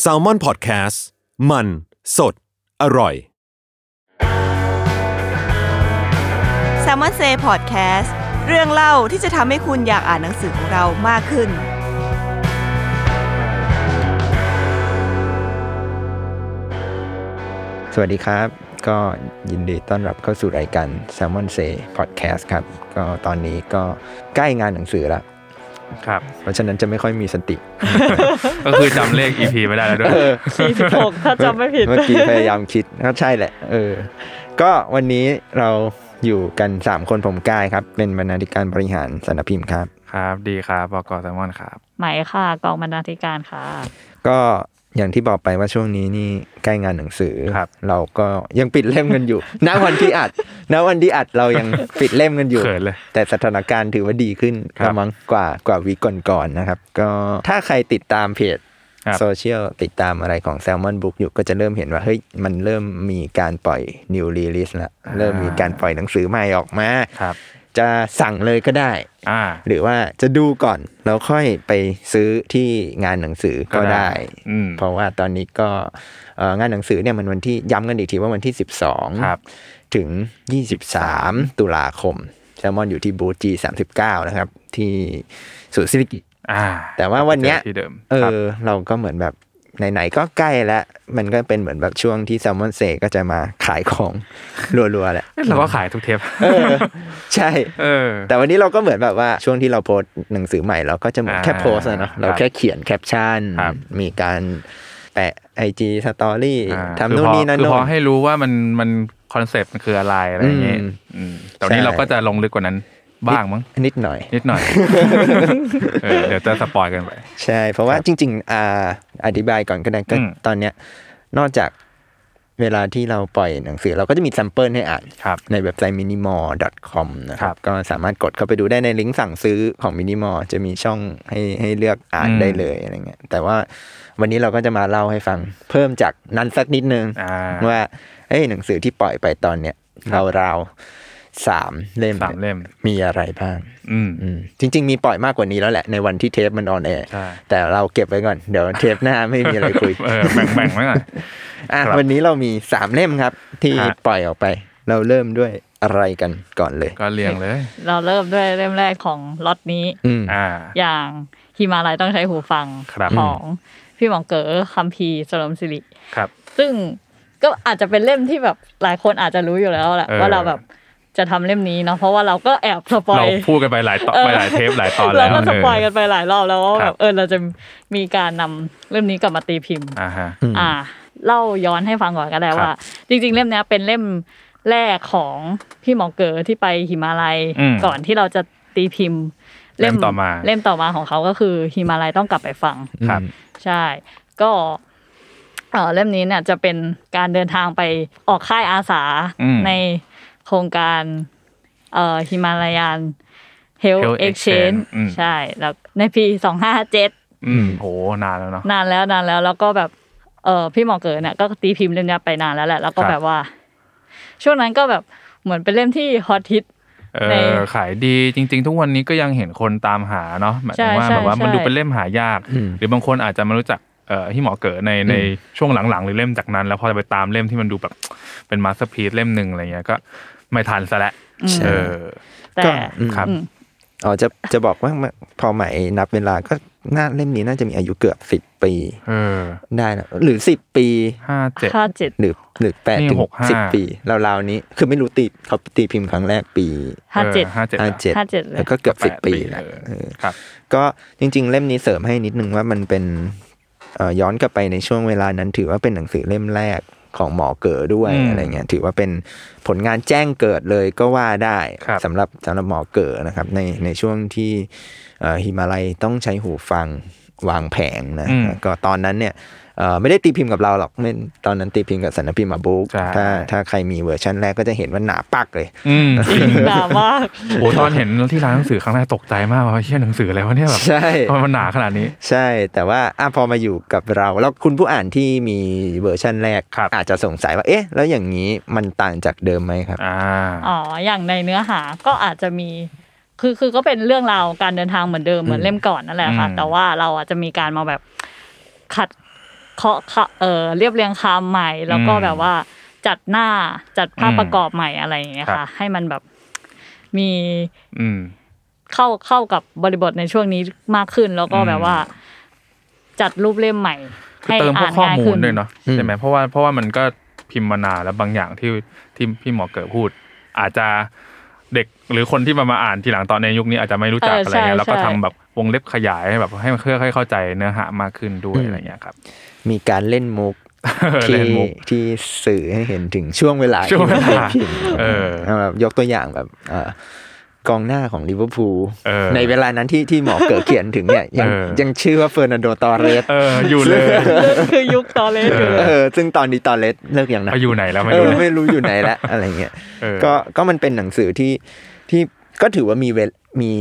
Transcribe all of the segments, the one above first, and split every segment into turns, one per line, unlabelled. แซลมอนพอดแคสต์มันสดอร่อย
s ซ m ม n s เซ Podcast เรื่องเล่าที่จะทำให้คุณอยากอ่านหนังสือของเรามากขึ้น
สวัสดีครับ ก็ยินดีต้อนรับเข้าสู่รายการ s ซ l m o n Say Podcast ครับ ก็ตอนนี้ก็ใกล้งานหนังสือแล้ว
ครับ
เพราะฉะนั้นจะไม่ค่อยมีสติ
ก็คือจำเลข EP ไม่ได้แล้วด้วย
46 ถ้าจำไม่ผิด
เมื่อกี้พยายามคิดก็ใช่แหละ เออ ก็วันนี้เราอยู่กัน 3 คนผมกายครับ เป็นบรรณาธิการบริหารสารพิมพ์ครับ
ครับ ดีครับบกแซมมอนครับ
ไหมค่ะ กองบรรณาธิการค่ะ
ก็อย่างที่บอกไปว่าช่วงนี้นี่ใกล้งานหนังสือ
ครับ
เราก็ยังปิดเล่มกันอยู่ ณวันที่อัด ณวันที่อัดเรายังปิดเล่มกันอยู่
เขินเลย
แต่สถานการณ์ถือว่าดีขึ้น
ครับ
ละมั้งกว่ากว่าวีก่อนก่อนๆนะครับ ก็ถ้าใครติดตามเพจ
ครับ
โซเชียลติดตามอะไรของ Salmon Book อยู่ก็จะเริ่มเห็นว่า เฮ้ย มันเริ่มมีการปล่อย New Release ละเริ่มมีการปล่อยหนังสือใหม่ออกมา
ครับ
จะสั่งเลยก็ได้
อ่า
หรือว่าจะดูก่อนแล้วค่อยไปซื้อที่งานหนังสือก็ได้
ก็ได้อืม
เพราะว่าตอนนี้ก็เอ่องานหนังสือเนี่ยมันวันที่ย้ำกันอีกทีว่าวันที่
ครับ
12 ถึง 23 ตุลาคมแซลมอนอยู่ที่บูธ G39 นะครับ ที่ศูนย์ศิริกิติ์
อ่า
แต่ว่าวันเนี้ย
จอที่เดิม
เอ
ครับ
อเราก็เหมือนแบบไหนๆก็ใกล้แล้ว มันก็เป็นเหมือนแบบช่วงที่แซลมอนเซก็จะมาขายของ รัวๆแหละ
เอ๊ะเราก็ขายทุกเทป
เออใช่
เออ
แต่วันนี้เราก็เหมือนแบบว่าช่วงที่เราโพสต์หนังสือใหม่เราก็จะเหมือน
อ่า
แค่โพสต์อะเนาะเราแค่เขียนแคปชั่น
ครับ
มีการแปะไอจีสตอรี่
อ่า
ทำนู่น
คือพอ
นี่นั่น
คือ
นู่
พ
น
อให้รู้ว่ามันมันคอนเซปต์มันคืออะไรอะไรอย่างเงี้ย
อืม
อืมแต่วันนี้
ใช่
เราก็จะลงลึกกว่านั้นบ้างมั้ง
นิดหน่อย
นิดห น่อย เออเดี๋ยวจะสปอยกันไป
ใช่ เพราะว่าจริงๆอ่าอธิบายก่อนก็ได้ก็
อืม
ตอนเนี้ยนอกจากเวลาที่เราปล่อยหนังสือ เราก็จะมีแซมเปิลให้อ่าน
ครับ
ในเว็บไซต์ minimal.com นะค
ครั
รั
บบ
ก็สามารถกดเข้าไปดูได้ในลิงก์สั่งซื้อของ minimal จะมีช่องให้ให้เลือกอ่าน
อืม
ได้เลยอะไรเงี้ยแต่ว่าวันนี้เราก็จะมาเล่าให้ฟังเพิ่มจากนั้นสักนิดนึง
อ่า
ว่าเอ้ยหนังสือที่ปล่อยไปตอนเนี้ยเราราวๆสามเล่ม
สามเล่ม
มีอะไรบ้าง
อืม
อืมจริง ๆ มีปล่อยมากกว่านี้แล้วแหละในวันที่เทปมันออนแอร์
ใช่
แต่เราเก็บไว้ก่อน เดี๋ยวเทปหน้าไม่มีอะไรคุย
เออแบ่งแบ่งๆไว้ก่อน
อ่ะ
ครับ
วันนี้เรามีสามเล่มครับ ที่
ฮะ
ปล่อยออกไป เราเริ่มด้วยอะไรกันก่อนเลย
ก็เรียงเลย
เราเริ่มด้วยเล่มแรกของล็อตนี้
อืม
อ่า
อย่างฮิมาลัยต้องใช้หูฟัง
ครับ
ของพี่หมองเก๋อคัมพีร์เฉลิมสิริ
ครับ
ซึ่งก็อาจจะเป็นเล่มที่แบบหลายคนอาจจะรู้อยู่แล้วแหละ
เออ
ว่าเราแบบจะทำเล่มนี้เนาะเพราะว่าเราก็แอบสปอย
เราพูดกันไปหลายตอนไปหลายเทปหลายตอน
เรา
แล้ว
ก็สปอย
เ
กันไปหลายรอบแล้วว่า
ค
แบ
รับ
บเออเราจะมีการนำเล่มนี้กลับมาตีพิมพ์
อ่าฮะ
อ่าเล่าย้อนให้ฟังก่อนก็ได้
ครับ
ว่า จริง ๆ เล่มเนี้ยเป็นเล่มแรกของพี่หมอเก๋อที่ไปหิมาลัย
อืม
ก่อนที่เราจะตีพิมพ์
เล่มต่อมา
เล่มต่อมาของเขาก็คือหิมาลัยต้องกลับไปฟัง
ครับ
ใช่ ก็เอ่อเล่มนี้เนี่ยจะเป็นการเดินทางไปออกค่ายอาสา
อืม
ในโครงการเอ่อฮิมาลายัน Health
Health Exchange
Exchange
อืม
ใช่ แล้วในปี 2557
อืมโหนานแล้วเนาะ
นานแล้วนานแล้วแล้วก็แบบเออพี่หมอเก๋อเนี่ยก็ตีพิมพ์เล่มเนี้ยไปนานแล้วแหละแล้วก็
ครับ
แบบว่า ช่วงนั้นก็แบบเหมือนเป็นเล่มที่ฮอตฮิต
เอ
ใน
อขายดีจริง ๆ ทุกวันนี้ก็ยังเห็นคนตามหาเนาะหมาย
ใช่
ถึงว่า
ใช่
แบบว่ามัน
ใช่
ดูเป็นเล่มหายาก
อืม
หรือบางคนอาจจะมารู้จักเอ่อที่หมอเก๋อในในช่วงหลังๆ หรือเล่มจากนั้น แล้วพอจะไปตามเล่มที่มันดูแบบ เป็นมาสเตอร์พีซเล่มหนึ่งอะไรเงี้ยก็ไม่ทันซะและเออ
แต่
ก็อืม
ครับ
อ๋อจะจะบอกว่าพอใหม่นับเวลาก็ น่าเล่มนี้น่าจะมีอายุเกือบสิบปี
เออ
ได้นะหรือสิบปี
ห้าเจ็ด
ห้าเจ็ด
หรือหรือแปด
นี่
ถึง
หกห้า
สิบปีราวๆนี้คือไม่รู้ตีเขาตีพิมพ์ครั้งแรกปี
ห้าเจ็ด
ห้าเจ็ด
ห้าเจ็ด
ห้าเจ็ดเลย
แล้วก็เกือบสิบปีแล้ว
ครับ
ก็จริงๆ เล่มนี้เสริมให้นิดนึงว่ามันเป็นเอ่อย้อนกลับไปในช่วงเวลานั้นถือว่าเป็นหนังสือเล่มแรกของหมอเก๋อด้วยอะไรเงี้ยถือว่าเป็นผลงานแจ้งเกิดเลยก็ว่าได้สำหรับสำหรับหมอเก๋อนะครับในในช่วงที่เอ่อฮิมาลัยต้องใช้หูฟังวางแผงนะก็ตอนนั้นเนี่ยเอ่อไม่ได้ตีพิมพ์กับเราหรอกไม่ตอนนั้นตีพิมพ์กับสันนพิมพ์มาบุ๊กถ้าถ้าใครมีเวอร์ชันแรกก็จะเห็นว่าหนาปักเลย
อืม
จริงหนามาก
โหตอนเห็นที่ร้านหนังสือครั้งแรกตกใจมากว่าเชี่ยหนังสืออะไรวะเนี่ยแบบ
ใช่
ทำไมมันหนาขนาดนี้
ใช่แต่ว่าอะพอมาอยู่กับเราแล้วคุณผู้อ่านที่มีเวอร์ชันแรก
ครับ
อาจจะสงสัยว่าเอ๊ะ แล้วอย่างนี้มันต่างจากเดิมไหมครับ
อ่า
อ๋อ อย่างในเนื้อหาก็อาจจะมี คือ คือก็เป็นเรื่องราวการเดินทางเหมือนเดิม เหมือนเล่มก่อนนั่นแหละค่ะ
อืม
แต่ว่าเราอาจจะมีการมาแบบขัดเคาะเคาะเออเรียบเรียงคำใหม่ แล้วก็แบบว่าจัดหน้า จัดภาพประกอบใหม่อะไรอย่างเงี้ยค่ะ ให้มันแบบมี
อืม
เข้าเข้ากับบริบทในช่วงนี้มากขึ้น แล้วก็แบบว่า จัดรูปเล่มใหม่
คือ
ให้
เติมพว
อ่าก น
ข้อ
ง่าย
มู
ขึ้
ล
น
ด้วยเนาะใช่ไหมเพราะว่าเพราะว่ามันก็พิมพ์มานานแล้วบางอย่างที่ที่พี่หมอเกิดพูด อาจจะเด็กหรือคนที่มามาอ่านทีหลังตอนในยุคนี้อาจจะไม่รู้จัก
เออ
อะไร
ใช่
เงี้ยแล้วก็
ใช่
ทำแบบวงเล็บขยายให้แบบให้มันเพื่อให้เข้าใจเนื้อหามากขึ้นด้วย
อืม
อะไรเงี้ยครับ
มีการเล่นมุก
เล่
ที่
นมุก
ที่สื่อให้เห็นถึงช่วงเวลา
ช่วงเวลา
ที่มันผิด
เออ
นะครับ ยกตัวอย่างแบบเอ่อกองหน้าของลิเวอร์พูล
เออ
ในเวลานั้นที่ที่หมอเกิดเขียนถึงเนี่ยยัง
เออ
ยังชื่อว่าเฟอร์นันโดตอร์เรส
เอออยู่เลย
คือยุคตอนเล่นอยู่เลย
เออซึ่งตอนนี้ตอร์เรสเลิกอย่างนะ
ไปอยู่ไหนแล้วไม่
เออ
รู้นะ
ไม่รู้อยู่ไหนแล้ว อะไรเงี้ย
เออ
ก็ก็มันเป็นหนังสือที่ที่ก็ถือว่ามีเวลมี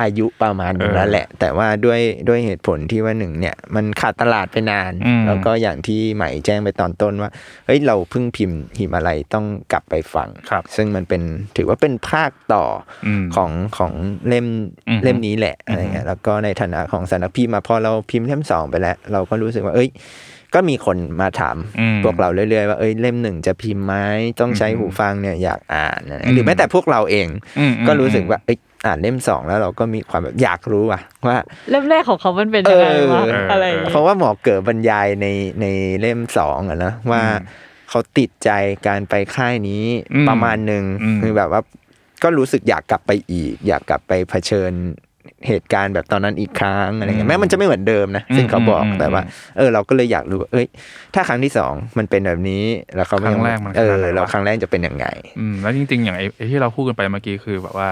อายุประมาณหนึงแล้วแหละ แต่ว่าด้วยด้วยเหตุผลที่ว่าหนึ่งเนี่ย มันขาดตลาดไปนาน
อืม
แล้วก็อย่างที่ไหมแจ้งไปตอนต้นว่าเฮ้ยเราเพิ่งพิมพ์หิมอะไรต้องกลับไปฟัง
ครับ
ซึ่งมันเป็นถือว่าเป็นภาคต่ออ
ม
ของของเล่ม
อือฮึ
เล่มนี้แหละอะไรเงี้ยแล้วก็ในฐานะของสานักพิมพ์มาพอเราพิมพ์เล่มสองไปแล้ว เราก็รู้สึกว่า เอ้ย ก็มีคนมาถาม
อืม
พวกเราเรื่อยๆว่าเอ้ยเล่มหนึ่งจะพิมพ์ไหมต้องใช้หูฟังเนี่ยอยากอ่านอะไร
อืม
หรือแม้แต่พวกเราเอง
อืมอืม
ก็รู้สึกว่าเอ้ยอ่านเล่มสองแล้วเราก็มีความแบบอยากรู้ว่ะว่า
เล่มแรกของเขามันเป็นยังไงวะ
เอออ
อะไรอย่าง
เพ
เงี้ย
ราะว่าหมอเกิดบรรยายในในเล่มสองอะนะว่าเขาติดใจการไปค่ายนี้
อืม
ประมาณหนึ่ง
อืม
คือแบบว่าก็รู้สึกอยากกลับไปอีก อยากกลับไปเผชิญเหตุการณ์แบบตอนนั้นอีกครั้งอะไรเงี้
อื
ย
ม
แม้มันจะไม่เหมือนเดิมนะ
อืม
ซึ่งเขาบอก
อืม
แต่ว่า เออ เราก็เลยอยากรู้ว่าเอ้ย ถ้าครั้งที่สองมันเป็นแบบนี้แล้วเขาไม่
ครั้งแรกมัน
เอ
ขนาด
อน
ไหวะ
เราครั้งแรกจะเป็นยังไง
อืมแล้วจริงๆ อย่างไอ้ไอ้ที่เราพูดกันไปเมื่อกี้คือแบบว่า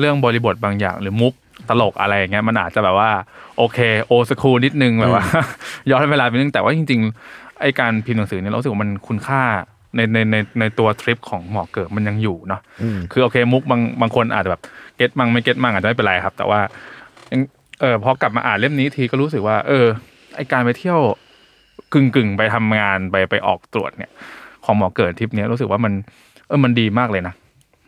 เรื่องบริบทบางอย่างหรือมุกตลกอะไรอย่างเงี้ยมันอาจจะแบบว่าโอเคโอสคูลนิดนึงแบบว่า ย้อนเวลาไปนิดนึงแต่ว่าจริงๆไอ้การพิมพ์หนังสือเนี่ยเรารู้สึกว่ามันคุณค่าในในในในตัวทริปของหมอเกิดมันยังอยู่เนาะคือโอเคมุกบางบางคนอาจจะแบบเก็ตมั่งไม่เก็ตมั่งอาจจะไม่เป็นไรครับ แต่ว่ายังเออพอกลับมาอ่านเล่มนี้ทีก็รู้สึกว่า เออไอการไปเที่ยวกึ่งกึ่งๆไปทำงานไปไปออกตรวจเนี่ย ของหมอเกิดทริปเนี้ยรู้สึกว่ามัน เออมันดีมากเลยนะ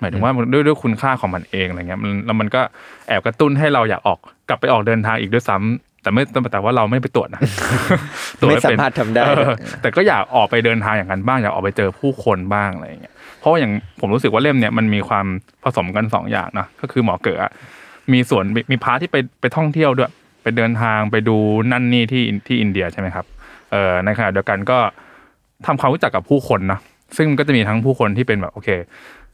หมายถึงว่ามันด้วยด้วยคุณค่าของมันเองอะไรเงี้ยมันแล้วมันก็แอบกระตุ้นให้เราอยากออกกลับไปออกเดินทางอีกด้วยซ้ำแต่ไม่แต่แต่ว่าเราไม่ไปตรวจนะ ต วจเป็น
ไม่สามารถทำได้
เออแต่ก็อยากออกไปเดินทางอย่างนั้นบ้างอยากออกไปเจอผู้คนบ้างอะไรเงี้ยเพราะว่าอย่างผมรู้สึกว่าเล่มเนี่ยมันมีความผสมกันสองอย่างนะก็คือหมอเก๋ออะมีส่วนมีมีพาร์ทที่ไปไปท่องเที่ยวด้วยไปเดินทางไปดูนั่นนี่ที่ที่อินเดียใช่ไหมครับเออในขณะเดียวกันก็ ทำความรู้จักกับผู้คนนะซึ่งมันก็จะมีทั้งผู้คนที่เป็นแบบโอเค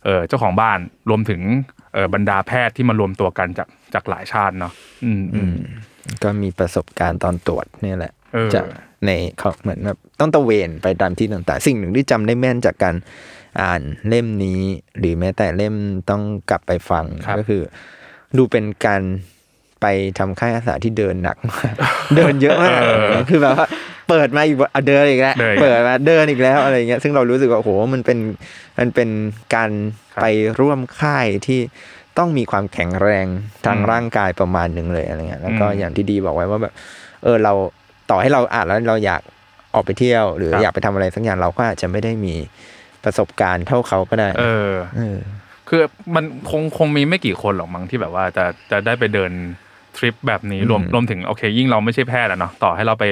เออเจ้าของบ้านรวมถึงเออบรรดาแพทย์ที่มารวมตัวกันจากจากหลายชาติเนาะอืมอืม
ก็มีประสบการณ์ตอนตรวจเนี่ยแหละ
เออ
จากในเขาเหมือนแบบต้องตะเวนไปตามที่ต่างๆ สิ่งหนึ่งที่จำได้แม่นจากการอ่านเล่มนี้ หรือแม้แต่เล่มต้องกลับไปฟัง
ครับ
ก็คือ ดูเป็นการไปทำค่ายอาสาที่เดินหนัก มาก เดินเยอะมาก
เออ
คือแบบว่าเปิดมาอีกวันอ่ะเดินอีกแล้ว
เดินอีกแล้ว
เปิดมาเดินอีกแล้วอะไรเงี้ยซึ่งเรารู้สึกว่าโอ้โหมันเป็นมันเป็นการ
ครับ
ไปร่วมค่ายที่ต้องมีความแข็งแรงทางร่างกายประมาณหนึ่งเลยอะไรเงี้ย แล้วก็
อืม
อย่างที่ดีบอกไว้ว่าแบบเออเราต่อให้เราอ่านแล้วเราอยากออกไปเที่ยว หรือ
ครับ
อยากไปทำอะไรสักอย่างเราก็อาจจะไม่ได้มีประสบการณ์เท่าเขาก็ได้
เออ
เออ
คือมันคงคงมีไม่กี่คนหรอกมั้งที่แบบว่าจะจะได้ไปเดินทริปแบบนี้รวมรวมถึงโอเค ยิ่งเราไม่ใช่แพทย์อะเนาะต่อให้เราไป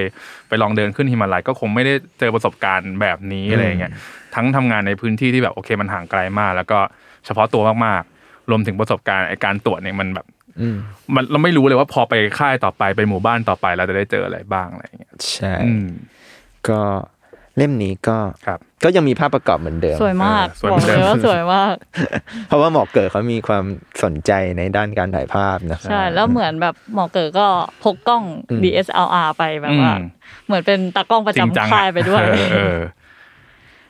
ไปลองเดินขึ้นฮิมาลัยก็คงไม่ได้เจอประสบการณ์แบบนี้อะไรอย่างเงี้ยทั้งทำงานในพื้นที่ที่แบบโอเคมันห่างไกลมาก แล้วก็เฉพาะตัวมากๆ รวมถึงประสบการณ์ไอการตรวจเนี่ยมันแบบ
อืม
มันเราไม่รู้เลยว่าพอไปค่ายต่อไปไปหมู่บ้านต่อไปเราจะได้เจออะไรบ้างอะไรอย่างเงี้ย
ใช่
อืม
ก็เล่มนี้ก็
ครับ
ก็ยังมีภาพประกอบเหมือนเดิม
สวยมาก
เออสวย
บอก
เหมื
เลย
อนเดิม
ว่าสวยมาก
เพราะว่าหมอเกิดเขามีความสนใจในด้านการถ่ายภาพนะ
ใช่แล้วเหมือนแบบหมอเก๋ก็พกกล้อง
อืม
DSLR ไปแบบว่า
อืม
เหมือนเป็นตากล้องประ
จริงจัง
จำค่ายไปด้วย
เออเออ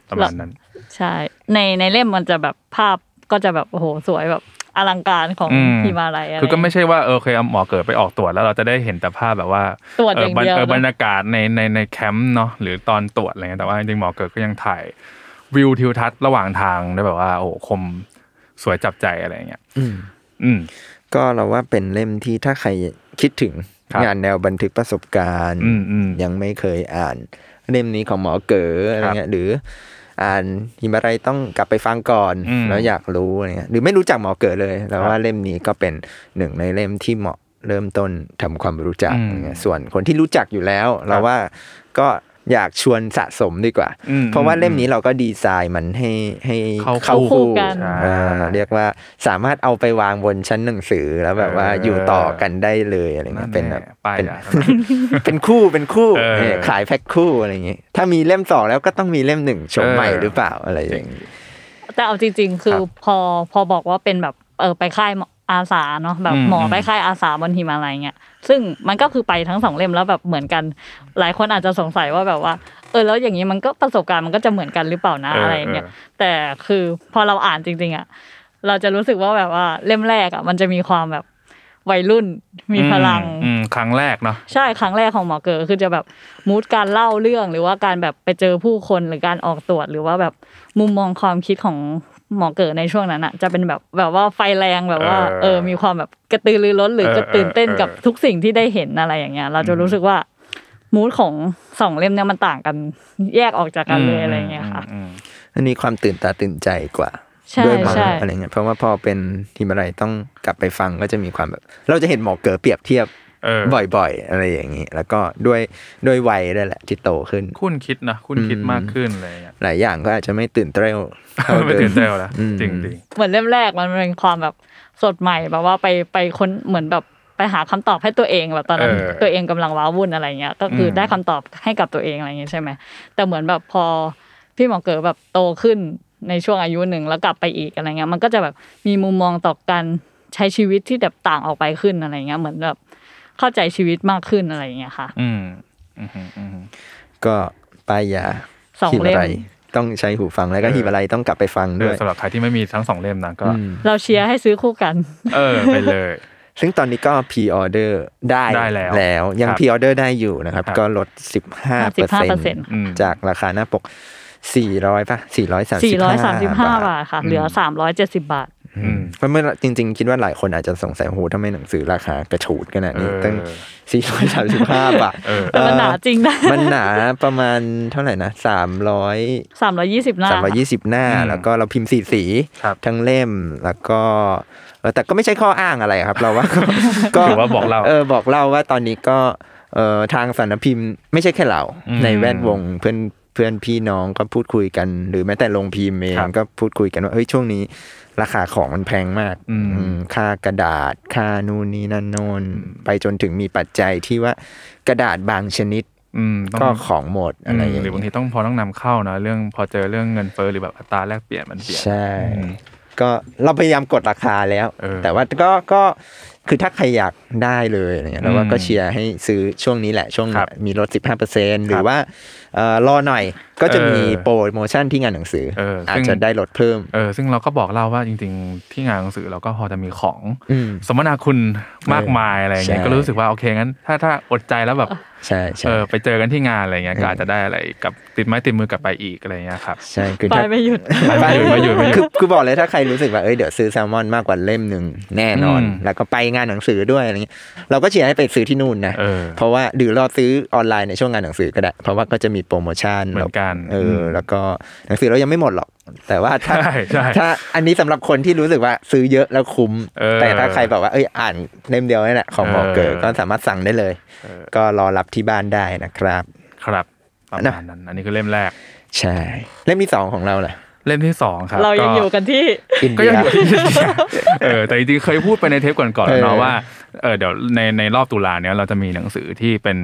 ประมาณนั้น
ใช่ ในในเล่มมันจะแบบภาพก็จะแบบโอ้โหสวยแบบอลังการของ
อืม
ฮิมาลัยอะไร
คือก็ไม่ใช่ว่าเออโอเคเอาหมอเกิดไปออกตรวจแล้วเราจะได้เห็นแต่ภาพแบบว่า
ตรวจอย่างเดียว
เออบรรเออ
นะ
บรรยากาศในในในแคมป์เนาะหรือตอนตรวจอะไรเงี้ยแต่ว่าจริงๆหมอเกิดก็ยังถ่ายวิวทิวทัศน์ระหว่างทางได้แบบว่า โอ้โหคมสวยจับใจอะไรเงี้ย
อืม
อืม
ก็เราว่าเป็นเล่มที่ถ้าใครคิดถึง
ครับ
งานแนวบันทึกประสบการณ์
อืมอืม
ยังไม่เคยอ่าน เล่มนี้ของหมอเก๋ออะไรเงี้ยหรือ อ่านหิมะไรต้องกลับไปฟังก่อน
อืม
แล้วอยากรู้อะไรเงี้ยหรือไม่รู้จักหมอเก๋อเลยเรา
ครับ
ว่าเล่มนี้ก็เป็นหนึ่งในเล่มที่เหมาะเริ่มต้นทำความรู้จัก
อืม
อะไรเงี้ยส่วนคนที่รู้จักอยู่แล้ว เราว่าก็อยากชวนสะสมดีกว่า
อืม
เพราะว่าเล่ม
อืม
นี้เราก็ดีไซน์มันให้ให้
เข้า
คู่กัน
อ่าเรียกว่าสามารถเอาไปวางบนชั้นหนังสือแล้วแบบว่า
เอออ
อยู่ต่อกันได้เลยอะไรเงี้ยเป็นแบบ
ป้าย
เป็น
อะ
เป็นคู่เป็นคู่
เออ
เออขายแพ็คคู่อะไรอย่างงี้ ถ้ามีเล่มสองแล้วก็ต้องมีเล่มหนึ่งชม
เออ
ใหม่หรือเปล่าอะไรอย่างงี้
แต่เอาจริง ๆ คื
ค
อ
รับ
พอพอบอกว่าเป็นแบบเออไปค่ายหมออาสาเนาะแบบ
อืม
หมอ
อืม
ไปค่ายอาสาบนหิมาลัยเงี้ยซึ่งมันก็คือไปทั้งสองเล่มแล้วแบบเหมือนกัน หลายคนอาจจะสงสัยว่าแบบว่าเออแล้วอย่างนี้มันก็ประสบการณ์มันก็จะเหมือนกันหรือเปล่านะ
เอออ
อะไรอย่างเงี้ย
เออ
แต่คือพอเราอ่านจริง ๆอ่ะเราจะรู้สึกว่าแบบว่าเล่มแรกอ่ะมันจะมีความแบบวัยรุ่นมีพลัง
อืมอืมครั้งแรกเนาะ
ใช่ครั้งแรกของหมอเก๋อคือจะแบบมูดการเล่าเรื่องหรือว่าการแบบไปเจอผู้คนหรือการออกตรวจหรือว่าแบบมุมมองความคิดของหมอเก๋อในช่วงนั้นอะจะเป็นแบบแบบว่าไฟแรงแบบว่า
เออ
เออมีความแบบกระตือรือร้นหรือ
เออ
จะตื่นเต้นกับ
เออเออ
ทุกสิ่งที่ได้เห็นอะไรอย่างเงี้ยเราจะรู้สึกว่ามูดของสองเล่มเนี่ยมันต่างกันแยกออกจากกันเลยอะไรอย่างเงี้ยค่ะ
อืม
อันนี้ความตื่นตาตื่นใจกว่า
ใช่
ด้วยมั้ง
ใช่
อะไรเงี้ยเพราะว่าพอเป็นทีมอะไรต้องกลับไปฟังก็จะมีความแบบ เราจะเห็นหมอเก๋อเปรียบเทียบ
เออ
บ่อยๆ อะไรอย่างงี้ แล้วก็ด้วยด้วยวัยด้วยแหละที่โตขึ้น
คุ้นคิดนะคุ้นคิดมากขึ้นอะไรเงี้ย
หลายอย่างก็อาจจะไม่ตื่นเต้นเท่า
ไม่
เดิ
ตื่
ม
นเต้นแล้ว
อืม
จริงจริง
เหมือนเล่มแรกมันเป็นความแบบสดใหม่แบบว่าไปไปค้นเหมือนแบบไปหาคำตอบให้ตัวเองแบบตอนนั้น
เออ
ตัวเองกำลังว้าวุ่นอะไรเงี้ยก็คืออ
ม
ได้คำตอบให้กับตัวเองอะไรเงี้ยใช่ไหมแต่เหมือนแบบพอพี่หมอเก๋อแบบโตขึ้นในช่วงอายุหนึ่งแล้วกลับไปอีกอะไรเงี้ยมันก็จะแบบมีมุมมองต่อการใช้ชีวิตที่แบบต่างออกไปขึ้นอะไรเงี้ยเหมือนแบบเข้าใจชีวิตมากขึ้นอะไรเงี้ยค่ะ
อืมอืมอืมอืม
ก็ป้ายยา
สอง
หิ
เล่ม
มะไรต้องใช้หูฟังแล้วก็
เออ
หิมะไรต้องกลับไปฟัง
เอ
ด้
อ
วย
สำหรับใครที่ไม่มีทั้งสองเล่มนะก็
อืม
เราเชียร์ให้ซื้อคู่กัน
เออไปเลย
ซึ่งตอนนี้ก็ pre order ได้
ได้แล้ว
ยัง
ครับ
pre order ได้อยู่นะครับ
ครับ
ก็ลด 15เปอร์เซ็นต์
15%
อืม
จากราคาหน้าปก 400ป่ะ435
435 บ
ท
าทค่ะ เหลือ 370 บาท
อืม
เพราะเมื่อจริง ๆ คิดว่าหลายคนอาจจะสงสัยโหทำไมหนังสือราคากระฉูดขนาดนี้
เออ
ตั้ง 435 บาท
เออ
แต่มันหนาจริงนะ
มันหนาประมาณเท่าไหร่นะ 300
320หน้า
สามร้อยี่สิบหน้า
อืม
แล้วก็เราพิมพ์สีสี
ครับ
ทั้งเล่มแล้วก็เออแต่ก็ไม่ใช่ข้ออ้างอะไรครับ เราว่า ก็
ถือว่าบอกเล่า
เออบอกเล่าว่าตอนนี้ก็เออทางสำนักพิมพ์ไม่ใช่แค่เรา
อืม
ในแวดวงเพื่อนเพื่อนพี่น้องก็พูดคุยกัน หรือแม้แต่โรงพิมพ์เอง
ครับ
ก็พูดคุยกันว่าเอ้ยช่วงนี้ราคาของมันแพงมาก
อืม
อืมค่ากระดาษ ค่านู่นนี่นั่นโน่นไปจนถึงมีปัจจัยที่ว่ากระดาษบางชนิด
อืม
ก็
ต้อง
ของหมดอะไรอย่าง
มหรือบาง
เงี้ย
ทีต้องพอต้องนำเข้านะเรื่องพอเจอเรื่องเงินเฟ้อหรือแบบอัตราแลกเปลี่ยนมันเปลี่ยน
ใช่
อืม
ก็เราพยายามกดราคาแล้ว
เออ
แต่ว่าก็ก็คือถ้าใครอยากได้เลยอะไรเงี้ยแล้วว่า
อืม
ก็เชียร์ให้ซื้อช่วงนี้แหละ ช่วง
ครับ
มีลด 15%หรือว่าเอ่อรอหน่อยก็จะมี
เออ
โปรโมชั่นที่งานหนังสือ
เออ
อา
ซึ่
จ
ง
จะได้ลดเพิ่ม
เออซึ่งเราก็บอกเล่าว่าจริง ๆ ที่งานหนังสือเราก็พอจะมีของ
อืม
สมนาคุณมากมายอะไรอย่างเงี้ย
ใช่
ก็รู้สึกว่าโอเคงั้น ถ้าถ้าอดใจแล้วแบบ
ใช่ใช่
เออไปเจอกันที่งานอะไรเงี้ยก็อาจจะได้อะไรกลับติดไม้ติดมือกลับไปอีกอะไรเงี้ยครับ
ใช่คือ
ไป
ถ้า
ไม่หยุด
ไม่หยุดไม่หยุดไม่หยุด
คือคือบอกเลยถ้าใครรู้สึกว่าเอ้ยเดี๋ยวซื้อแซลมอนมากกว่าเล่มหนึ่งแน่นอน
อืม
แล้วก็ไปงานหนังสือด้วยอะไรเงี้ยเราก็เชียร์ให้ไปซื้อที่นู่นนะ
เออ
เพราะว่าหรือรอซื้อออนไลน์ในช่วงงานหนังสือก็ได้ เพราะว่าก็จะมีโปรโมชั่น
เหมือนกัน
เอออ
ม
แล้วก็หนังสือเรายังไม่หมดหรอก แต่ว่าถ้า
ใช่ใช่
ถ้าอันนี้สำหรับคนที่รู้สึกว่าซื้อเยอะแล้วคุ้ม
เออ
แต่ถ้าใครบอกว่าเอ้ยอ่านเล่มเดียวนี่แหละของหมอเกิด
เออ
ก็สามารถสั่งได้เลย ก็รอรับที่บ้านได้นะครับ
ครับประ
นะ
มาณนั้นอันนี้คือเล่มแรก
ใช่เล่มที่สองของเราแหละ
เล่มที่สองครับ
เรายังอยู่กันที่
อิน
ก็
เดี
ยัง
ย
อยู่ที่อินเดียเออแต่จริงๆเคยพูดไปในเทปก่อนๆแล้วเนาะ
เออ
ว่าเออเดี๋ยวในในรอบตุลาเนี้ยเราจะมีหนังสือที่เป็น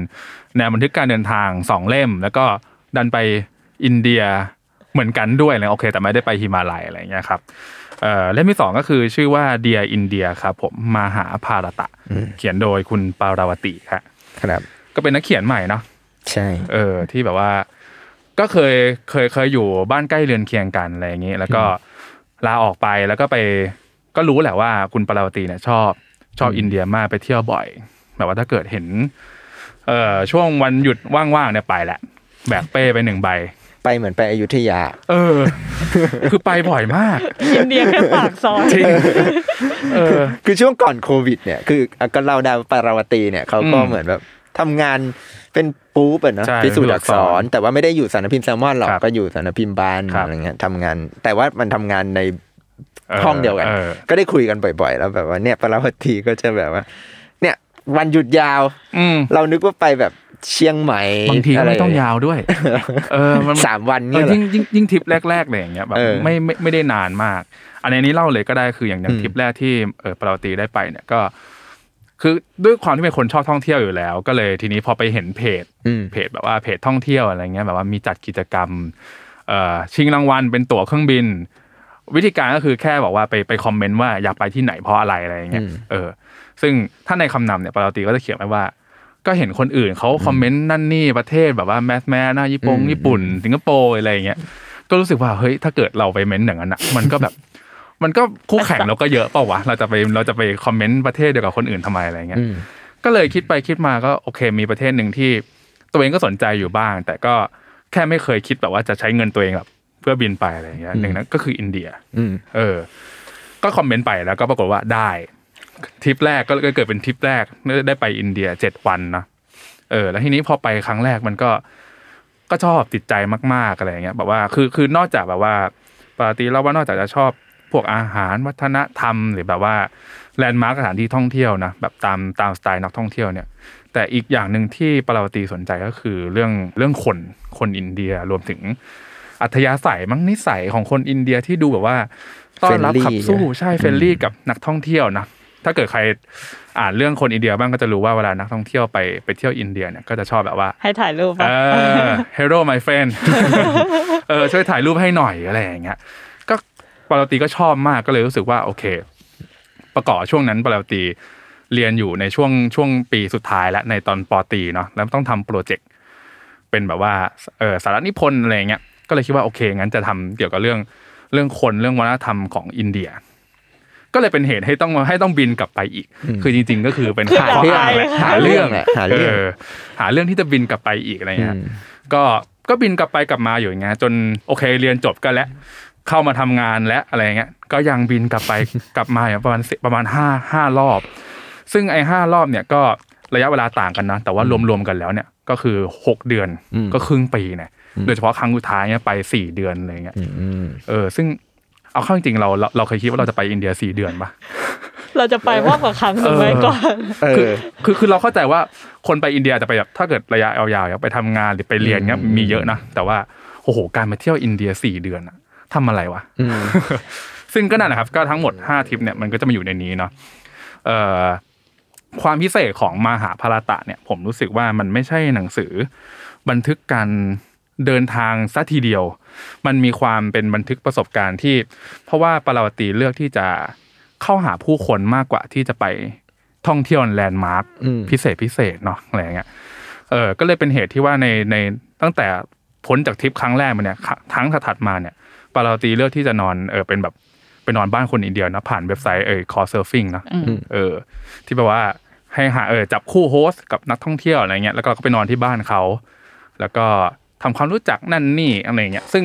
แนวบันทึกการเดินทางสองเล่ม แล้วก็ดันไปอินเดียเหมือนกันด้วยเลยโอเค แต่ไม่ได้ไปฮิมาลัยอะไรอย่างเงี้ยครับเออเล่มที่สองก็คือชื่อว่าเดียอินเดียครับผมมาหาภารตะ เขียนโดยคุณปาราวตีครับ
ครับ
ก็เป็นนักเขียนใหม่เนาะ
ใช่
เออที่แบบว่าก็เคยเคยเคยอยู่บ้านใกล้เรือนเคียงกันอะไรอย่างนี้ แล้วก็ลาออกไปแล้วก็ไปก็รู้แหละว่าคุณปราวตีเนี่ยชอบชอบอินเดียมากไปเที่ยวบ่อย แบบว่าถ้าเกิดเห็นเอ่อช่วงวันหยุดว่างๆเนี่ยไปแหละ แบกเป้ไปหนึ่งใบ
ไปเหมือนไปอยุธยา
เออ คือไปบ่อยมาก
อินเดียแค่ปากซอย
จริง เออ
คือช่วงก่อนโควิดเนี่ยคืออ่ะก็เราดาวปาราวตีเนี่ยเขาก็
อืม
เหมือนแบบทำงานเป็นปู๊บอะเนอะ
ใช่
พิสูจน์อักษร แต่ว่าไม่ได้อยู่สารพิมพ์แซลมอนหรอก
ครับ
ก็อยู่สารพิมพ์บาน
ครับ
อะไรเงี้ยทำงาน แต่ว่ามันทำงานใน
ออ
ห้องเดียวกัน
ออ
ก็ได้คุยกันบ่อยๆ แล้วแบบว่าเนี่ยปาราวตีก็จะแบบว่า เนี่ยวันหยุดยาว
อืม
เรานึกว่าไปแบบเชียงใหม่
บางทีก็
ะร
ไม่ต้องยาวด้วย เออมัน
สามวัน
เอ
เนี่ย
อ
เหรอ
ยิ่งยิ่งยิ่งทริปแรกๆเลยอย่างเงี้ยแบบ
เออ
ไม่ไม่ไม่ได้นานมาก อันนี้เล่าเลยก็ได้คืออย่างอย่าง
อืม
ทริปแรกที่เออปราตีได้ไปเนี่ยก็ คือด้วยความที่เป็นคนชอบท่องเที่ยวอยู่แล้ว ก็เลยทีนี้พอไปเห็นเพจ
อืม
เพจแบบว่าเพจท่องเที่ยวอะไรเงี้ยแบบว่ามีจัดกิจกรรมเอ่อชิงรางวัลเป็นตั๋วเครื่องบิน วิธีการก็คือแค่บอกว่าไปไปคอมเมนต์ว่าอยากไปที่ไหนเพราะอะไรอะไรเงี้ย
อืม
เออ ซึ่งถ้าในคำนำเนี่ยปกติก็จะเขียนไว้ว่า ก็เห็นคนอื่นเขาคอมเมนต์นั่นนี่ประเทศแบบว่าแมสแมสหน้าญี่ปุ่งญี่ปุ่น สิงคโปร์อะไรอย่างเงี้ยก็รู้สึกว่าเฮ้ยถ้าเกิดเราไปเม้นต์อย่างนั้น อ่ะ มันก็แบบ มันก็คู่แข่งเราก็เยอะเปล่าวะเราจะไปเราจะไปคอมเมนต์ประเทศเดียวกับคนอื่นทำไมอะไรเงี้ย
อืม
ก็เลยคิดไปคิดมาก็โอเคมีประเทศหนึ่งที่ตัวเองก็สนใจอยู่บ้าง แต่ก็แค่ไม่เคยคิดแบบว่าจะใช้เงินตัวเองแบบเพื่อบินไปอะไรอย่างเงี้ยหนึ่งนั้นก็คืออินเดีย
อืม
เออ ก็คอมเมนต์ไปแล้วก็ปรากฏว่าได้ทริปแรกก็ก็เกิดเป็นทริปแรกได้ไปอินเดียเจ็ดวันนะเออ แล้วทีนี้พอไปครั้งแรกมันก็ก็ชอบติดใจมากๆอะไรอย่างเงี้ยแบบว่าคือคือนอกจากแบบว่าปกติเราว่านอกจากจะชอบพวกอาหารวัฒนธรรม หรือแบบว่าแลนด์มาร์คสถานที่ท่องเที่ยวนะแบบตามตามสไตล์นักท่องเที่ยวเนี่ย แต่อีกอย่างหนึ่งที่ปราวตีสนใจก็คือเรื่องเรื่องคนคนอินเดียรวมถึง อัธยาศัยมั้งนิสัยของคนอินเดียที่ดูแบบว่าต้อนรับ
Friendly
ขับสู้
ใช่ไหม
ใช่เฟรนลี่กับนักท่องเที่ยวนะถ้าเกิดใครอ่านเรื่องคนอินเดียบ้างก็จะรู้ว่าเวลานักท่องเที่ยวไปไปเที่ยวอินเดียเนี่ยก็จะชอบแบบว่า
ให้ถ่ายรูป
เอ
ปะ
อ hero my friend เออช่วยถ่ายรูปให้หน่อยอะไรอย่างเงี้ยก็ปาราวตีก็ชอบมากก็เลยรู้สึกว่าโอเค ประกอบช่วงนั้นปาราวตีเรียนอยู่ในช่วงช่วงปีสุดท้ายและในตอนปอตรีเนาะแล้วต้องทำโปรเจกต์เป็นแบบว่าเออสารนิพนธ์อะไรอย่างเงี้ยก็เลยคิดว่าโอเคงั้นจะทำเกี่ยวกับเรื่องเรื่องคนเรื่องวัฒนธรรมของอินเดีย ก็เลยเป็นเหตุให้ต้องให้ต้องบินกลับไปอีก คือจริง ๆ ก็คือเป็นข้ออ้างแหละหาเรื่อง
แหละหาเรื่อง
อหาเรื่องที่จะบินกลับไปอีกอะไรเงี้ย
อืม
ก็ก็บินกลับไปกลับมาอยู่อย่างเงี้ยจนโอเคเรียนจบก็แล้วเข้ามาทำงานและอะไรเงี้ยก็ยังบินกลับไป กลับมาอย่างประมาณ10ประมาณห้าห้ารอบ ซึ่งไอ้ห้ารอบเนี่ยก็ระยะเวลาต่างกันนะ แต่ว่ารวมๆกันแล้วเนี่ยก็คือหกเดือนก็ครึ่งปีเนี่ยโดยเฉพาะครั้งสุดท้ายเนี่ยไปสี่เดือนอะไรเงี้ย
อืม
เออซึ่งเอาเข้าจริงๆเราเราเราเคยคิดว่าเราจะไปอินเดียสี่เดือนปะ
เราจะไปมากกว่าครั้งหนึ่งไหมก่อน
เอ
คือ
อ
คือคือเราเข้าใจว่าคนไปอินเดียจะไปแบบถ้าเกิดระยะยาวๆอยากไปทำงานหรือไปเรียนเงี้ยมีเยอะนะ แต่ว่าโอ้โหการมาเที่ยวอินเดียสี่เดือนอะทำอะไรวะ ซึ่งก็นั่นแหละครับก็ทั้งหมดห้าทริปเนี่ยมันก็จะมาอยู่ในนี้เนาะเอ่อความพิเศษของมหาภารตะเนี่ยผมรู้สึกว่ามันไม่ใช่หนังสือ บันทึกการเดินทางซะทีเดียว มันมีความเป็นบันทึกประสบการณ์ที่ เพราะว่าปาราวตีเลือกที่จะเข้าหาผู้คนมากกว่าที่จะไปท่องเที่ยวแลนด์มาร์ค
อืม
พิเศษพิเศษเนาะอะไรอย่างเงี้ย เออก็เลยเป็นเหตุที่ว่าในในตั้งแต่พ้นจากทริปครั้งแรกมาเนี่ยคทั้งถัดๆมาเนี่ยปาราวตีเลือกที่จะนอนเออเป็นแบบไปนอนบ้านคนอินเดียนะผ่านเว็บไซต์เออคอเซิร์ฟิงนะเออ ที่แปลว่าให้หาเออจับคู่โฮสต์กับนักท่องเที่ยวอะไรเงี้ยแล้วก็เราก็ไปนอนที่บ้านเขา แล้วก็ทำความรู้จักนั่นนี่อะไรเงี้ยซึ่ง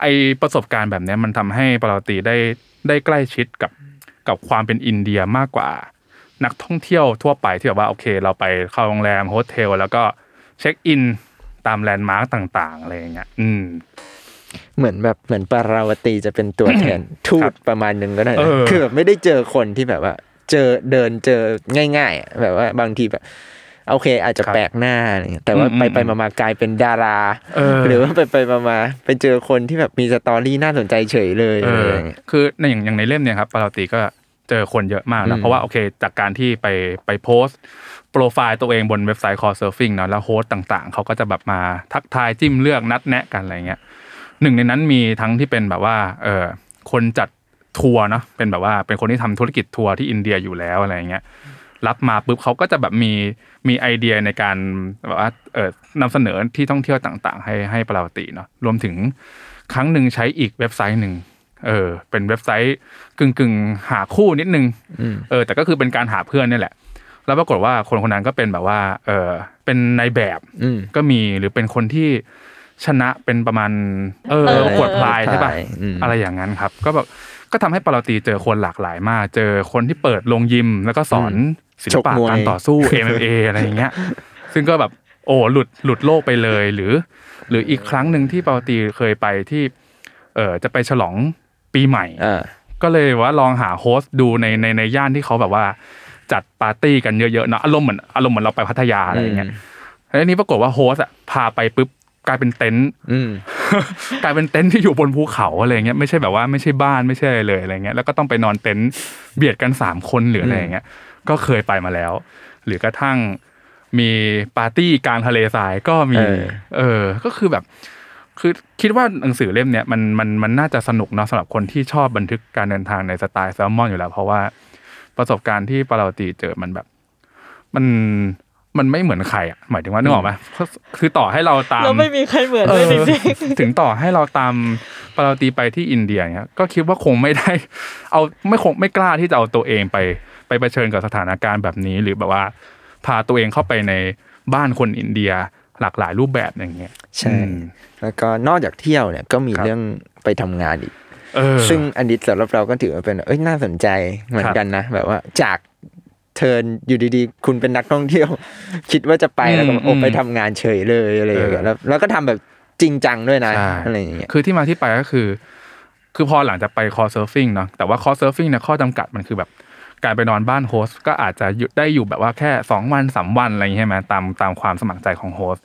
ไอประสบการณ์แบบเนี้ยมันทำให้ปาราวตีได้ได้ใกล้ชิดกับกับความเป็นอินเดียมากกว่า นักท่องเที่ยวทั่วไปที่แบบว่าโอเค เราไปเข้าโรงแรมโฮเทลแล้วก็เช็คอินตามแลนด์มาร์กต่างๆอะไรอย่างเงี้ยอืม
เหมือนแบบเหมือนปาราวตีจะเป็นตัวแท น ทูตประมาณหนึงก็ได้นะ
เออ
คือแบบไม่ได้เจอคนที่แบบว่า เจอเดินเจอง่ายๆอะแบบว่าบางทีแบบ โอเค อาจจะ
ครับ
แปลกหน้าอะไรเงี้ยแต่ว่า
อืม
ไป
อืม
ไปมามากลายเป็นดารา
เออ
หรือว่าไปไปมามาไปเจอคนที่แบบมีสตอรี่น่าสนใจเฉยเลย
เอ
อะไร
อ
อย่างเงี้ย
คือในอย่างอย่างในเล่มเนี่ยครับปาราตีก็เจอคนเยอะมาก
อื
นะ
ม
เพราะว่าโอเคจากการที่ไปไปโพสต์โปรไฟล์ตัวเองบนเว็บไซต์คอร์เซิร์ฟิงเนาะแล้วโฮสต์ต่างๆ เขาก็จะแบบมาทักทายจิ้มเลือกนัดแนะกันอะไรเงี้ยหนึ่งในนั้นมีทั้งที่เป็นแบบว่าเออคนจัดทัวร์เนาะเป็นแบบว่าเป็นคนที่ทำธุรกิจทัวร์ที่อินเดียอยู่แล้วอะไรเงี้ย รับมาปุ๊บเขาก็จะแบบมีมีไอเดียในการแบบว่าเออนำเสนอที่ท่องเที่ยวต่างๆ ให้ให้ปราวตีเนาะรวมถึงครั้งหนึ่งใช้อีกเว็บไซต์หนึ่งเออเป็นเว็บไซต์กึ่งกึ่งๆหาคู่นิดนึงเออแต่ก็คือเป็นการหาเพื่อนนี่แหละ แล้วปรากฏว่าคนคนนั้นก็เป็นแบบว่าเออเป็นนายแบบ
อืม
ก็มีหรือเป็นคนที่ชนะเป็นประมาณเออ
เออ
ประกวดพลายใช่ป่ะ
อืม
อะไรอย่างนั้นครับ ก็แบบก็ทำให้ปาราตีเจอคนหลากหลายมาก เจอคนที่เปิดโรงยิม แล้วก็สอนศิลปะ
ชกมวย
การต่อสู้ MMA อะไรอย่างเงี้ย ซึ่งก็แบบโอ้หลุดหลุดโลกไปเลยหรือ หรืออีกครั้งหนึ่งที่ปาราตีเคยไปที่ เออจะไปฉลองปีใหม่
อ่า
ก็เลยว่าลองหาโฮสต์ดูในในในย่านที่เขาแบบว่าจัดปาร์ตี้กันเยอะๆเนาะอารมณ์เหมือนอารมณ์เหมือนเราไปพัทยาอะไรอย่างเงี้ยแล้วทีนี้ปรากฏว่าโฮสต์อะพาไปปุ๊บกลายเป็นเต็นท์
อืม
กลายเป็นเต็นท์ที่อยู่บนภูเขาอะไรเงี้ยไม่ใช่แบบว่าไม่ใช่บ้านไม่ใช่อะไรเลยอะไรเงี้ยแล้วก็ต้องไปนอนเต็นท์เบียดกันสามคนหรืออะไรอย่างเงี้ยก็เคยไปมาแล้ว หรือกระทั่งมีปาร์ตี้กลางทะเลทรายก็มี
เออ
เออก็คือแบบ คือคิดว่าหนังสือเล่มเนี้ยมันมันมันน่าจะสนุกเนาะสำหรับคนที่ชอบบันทึกการเดินทางในสไตล์แซลมอนอยู่แล้ว เพราะว่าประสบการณ์ที่ปาราวตีเจอมันแบบ มันมันไม่เหมือนใครอะหมายถึงว่านึกออกไหมคือต่อให้เราตาม
เราไม่มีใครเหมือนเลยจริง
เออถึงต่อให้เราตามปาราตีไปที่อินเดียเนี่ยก็คิดว่าคงไม่ได้ เอาไม่คงไม่กล้าที่จะเอาตัวเองไป ไปเผชิญกับสถานการณ์แบบนี้ หรือแบบว่า พาตัวเองเข้าไปในบ้านคนอินเดียหลากหลายรูปแบบอย่างเงี้ย
ใช่
อืม
แล้วก็นอกจากเที่ยวเนี่ยก็มี
ครับ
เรื่องไปทำงานอีก
เออ
ซึ่งอันนี้สำหรับเราก็ถือว่าเป็นเอ้ยน่าสนใจเหมือนกันนะ แบบว่าจากเทิร์นอยู่ดีๆ คุณเป็นนักท่องเที่ยว คิดว่าจะไป
อืม
แล้วก็โอ้
อืม
ไปทำงานเฉยเลยอะไรอย่างเงี้ย
เออ
แล้วแล้วก็ทำแบบจริงจังด้วยนะ
ใช่
อะไรอย่างเงี้ย
คือที่มาที่ไปก็คือ คือพอหลังจากไปคอเซิร์ฟิงเนาะแต่ว่าคอเซิร์ฟิงเนี่ยข้อจำกัดมันคือแบบการไปนอนบ้านโฮสต์ก็อาจจะอยู่ได้อยู่แบบว่าแค่ 2 วันสามวันอะไรอย่างเงี้ยใช่ไหมตามตามความสมัครใจของโฮสต์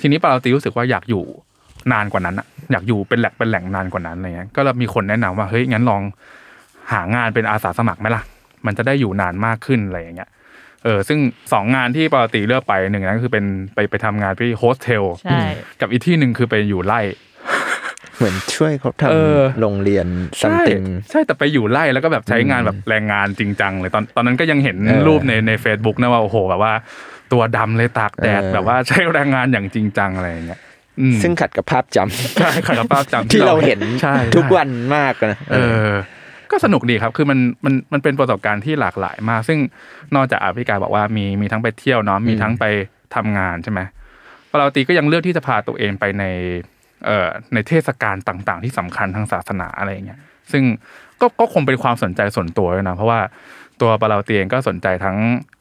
ทีนี้ปาเราตีรู้สึกว่าอยากอยู่นานกว่านั้นอะอยากอยู่เป็นแหลกเป็นแหล่งนานกว่านั้นอะไรเงี้ยก็เลยมีคนแนะนำว่าเฮ้ยงั้นลองหางานเป็นอาสาสมัครไหมล่ะ มันจะได้อยู่นานมากขึ้นอะไรอย่างเงี้ยเออซึ่งสองงานที่ปาเราตีเลือกไปหนึ่งในนั้นก็คือเป็นไปไปทำงานที่โฮสเทล
ใช่
กับอีกที่หนึ่งคือไปอยู่ไร่
เหมือนช่วยเขาท
เออ
ำโรงเรียนซัม
ใช่
ติง
ใช่แต่ไปอยู่ไล่แล้วก็แบบใช้งานแบบแรงงานจริงจังเลยตอนตอนนั้นก็ยังเห็น
เออ
รูปในใน a c e b o o k นะว่าโอ้โหแบบว่า ตัวดำเลยตากแดด
เออ
แบบว่าใช้แรงงานอย่างจริงจังอะไรอย่างเงี้ยอืม
ซึ่งขัดกับภาพจำ
ใช่ขัดกับภาพจำ
ที่เราเห็น
ใช่
ทุก
ใช่
วันมากนะ
เออ ก็สนุกดีครับ คือมันมันมันเป็นประสบการณ์ที่หลากหลายมาก ซึ่งนอกจากอาพี่กายบอกว่ามีมีทั้งไปเที่ยวเนาะ มีทั้งไปทำงานใช่ไหมปาราตีก็ยังเลือกที่จะพาตัวเองไปใน เอ่อ ในเทศกาลต่าง ๆ ที่สำคัญทางศาสนาอะไรอย่างเงี้ย ซึ่งก็ก็คงเป็นความสนใจส่วนตัวด้วยนะ เพราะว่าตัวปาราตีเองก็สนใจทั้ง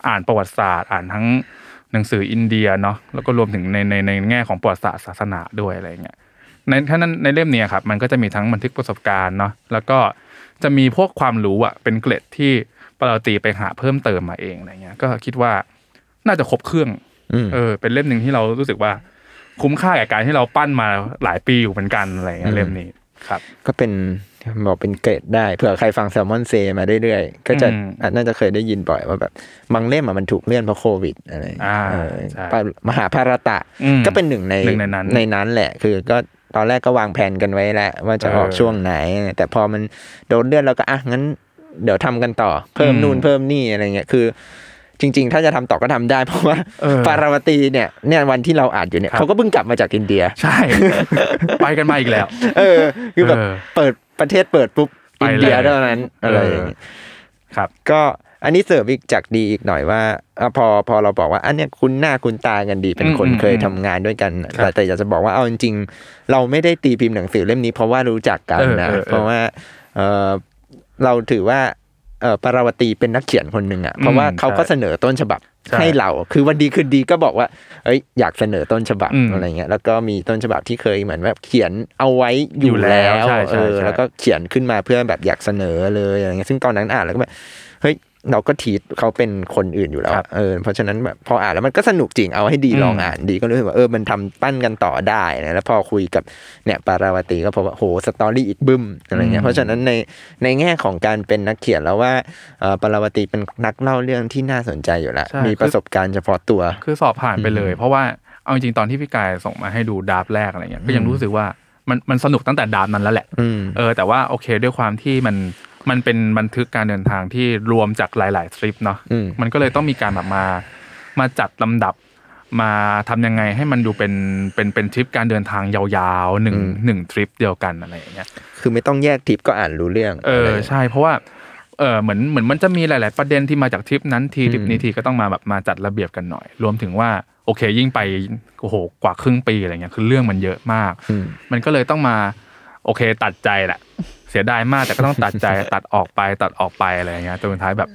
อ่านประวัติศาสตร์ อ่านทั้งหนังสืออินเดียเนาะ แล้วก็รวมถึงในในในแง่ของประวัติศาสตร์ศาสนาด้วยอะไรอย่างเงี้ย ในถ้านั้นในเล่มเนี้ยครับมันก็จะมีทั้งบันทึกประสบการณ์เนาะแล้วก็จะมีพวกความรู้อะเป็นเกล็ดที่ปราตีไปหาเพิ่มเติมมาเองอะไรเงี้ยก็คิดว่าน่าจะครบเครื่อง
อืม
เออ เป็นเล่มหนึ่งที่เรารู้สึกว่า คุ้มค่ากับการที่เราปั้นมาหลายปีอยู่เหมือนกันอะไรเงี้ยเล่มนี้ครับ
ก็เป็นบอกเป็นเกรดได้เผื่อใครฟังแซลมอนเซมาเรื่อยๆก็จะ
อืม
อาจน่าจะเคยได้ยินบ่อยว่าแบบบางเล่มอะมันถูกเลื่อนเพราะโควิดอะไร
อ่า
เออ
ใช่
ปะมหาภารตะ
อืม
ก็เป็นหนึ่งใน
หนึ่งในนั้น
แหละ คือก็ตอนแรกก็วางแผนกันไว้แล้วว่าจะออก
เออ
ช่วงไหน แต่พอมันโดนเลื่อนเราก็อ่ะงั้น เดี๋ยวทำกันต่อเพิ่ม
อืม
นู่นเพิ่มนี่อะไรเงี้ยคือ จริง ๆ ถ้าจะทำต่อก็ทำได้เพราะว่า
เออ
ปาราวตีเนี่ยเนี่ยวันที่เราอาจอยู่เนี่ย
ครับ
เขาก็เพิ่งกลับมาจากอินเดีย
ใช่ ไปกันมาอีกแล้ว
เออคือแบบ
เออ
เปิดประเทศเปิดปุ๊บ
ไป
อินเดีย
เลย
เท่านั้นอะไรอย่างงี้
ครับ
ก็อันนี้เสริมอีกจากดีอีกหน่อยว่าอ่ะพอพอเราบอกว่าอันเนี้ยคุณหน้าคุณตากันดีเป็น
อืม
คน
อืม
เคย
อืม
ทำงานด้วยกัน
ครับ
แต่แต่อยากจะบอกว่าเอาจริงๆเราไม่ได้ตีพิมพ์หนังสือเล่มนี้เพราะว่ารู้จักกัน
เออ
นะ
เออเออ
เพราะว่าเออเราถือว่าเออปาราวตีเป็นนักเขียนคนหนึ่งอ่ะเพราะว่า
อืม
เขาก็
ใช่
เสนอต้นฉบับ
ใช่
ให้เราคือวันดีคืนดีก็บอกว่าเอ้ยอยากเสนอต้นฉบับ
อืม
อะไรเงี้ยแล้วก็มีต้นฉบับที่เคยเหมือนแบบเขียนเอาไว้ อ
อยู่
ยู่
แล้
แล้ว ว
ใช่ใช่
เออ
ใช่
แล้วก็เขียนขึ้นมาเพื่อแบบอยากเสนอเลยอะไรเงี้ยซึ่งตอนนั้นอ่านแล้วก็แบบเฮ้ย เราก็ทีดเขาเป็นคนอื่นอยู่แล้ว
ครับ
เออเพราะฉะนั้นแบบพออ่านแล้วมันก็สนุกจริงเอาให้ดี
อืม
ลองอ่านดีก็รู้สึกว่าเออมันทำปั้นกันต่อได้นะแล้วพอคุยกับเนี่ยปาราวตีก็พบว่าโหสตอรี่อีกบึ้มอะไรเงี้ยเพราะฉะนั้นในในแง่ของการเป็นนักเขียนแล้วว่าเอ่อปาราวตีเป็นนักเล่าเรื่องที่น่าสนใจอยู่แล้ว
ใช่
มีประสบการณ์เฉพาะตัว
คือสอบผ่านไปเลย
อืม
เพราะว่าเอาจริงๆตอนที่พี่กายส่งมาให้ดูดราฟต์แรกอะไรเงี้ยก็ยัง
อืม
รู้สึกว่ามันมันสนุกตั้งแต่ดราฟต์นั้นแล้วแหละ
อืม
เออแต่ว่าโอเคด้วยความที่มันมันเป็นบันทึกการเดินทางที่รวมจากหลาย ๆ ทริปเนาะ
อืม
มันก็เลยต้องมีการแบบมามาจัดลำดับ มาทำยังไงให้มันดูเป็นเป็นเป็นทริปการเดินทางยาวๆหนึ่งหนึ่งทริปเดียวกันอะไรอย่างเงี้ย
คือไม่ต้องแยกทิปก็อ่านรู้เรื่อง
เออ
ไร
ใช่เพราะว่าเออเหมือนเหมือนมันจะมีหลาย ๆ ประเด็นที่มาจากทริปนั้นทีทริปนี้ทีก็ต้องมาแบบมาจัดระเบียบกันหน่อย รวมถึงว่าโอเคยิ่งไปโอ้โหกว่าครึ่งปีอะไรเงี้ยคือเรื่องมันเยอะมาก
อืม
มันก็เลยต้องมาโอเคตัดใจแหละ เสียดายมากแต่ก็ต้องตัด ใจ ตัดออกไปตัดออกไปอะไรอย่างเงี้ยจนสุดท้ายแบบ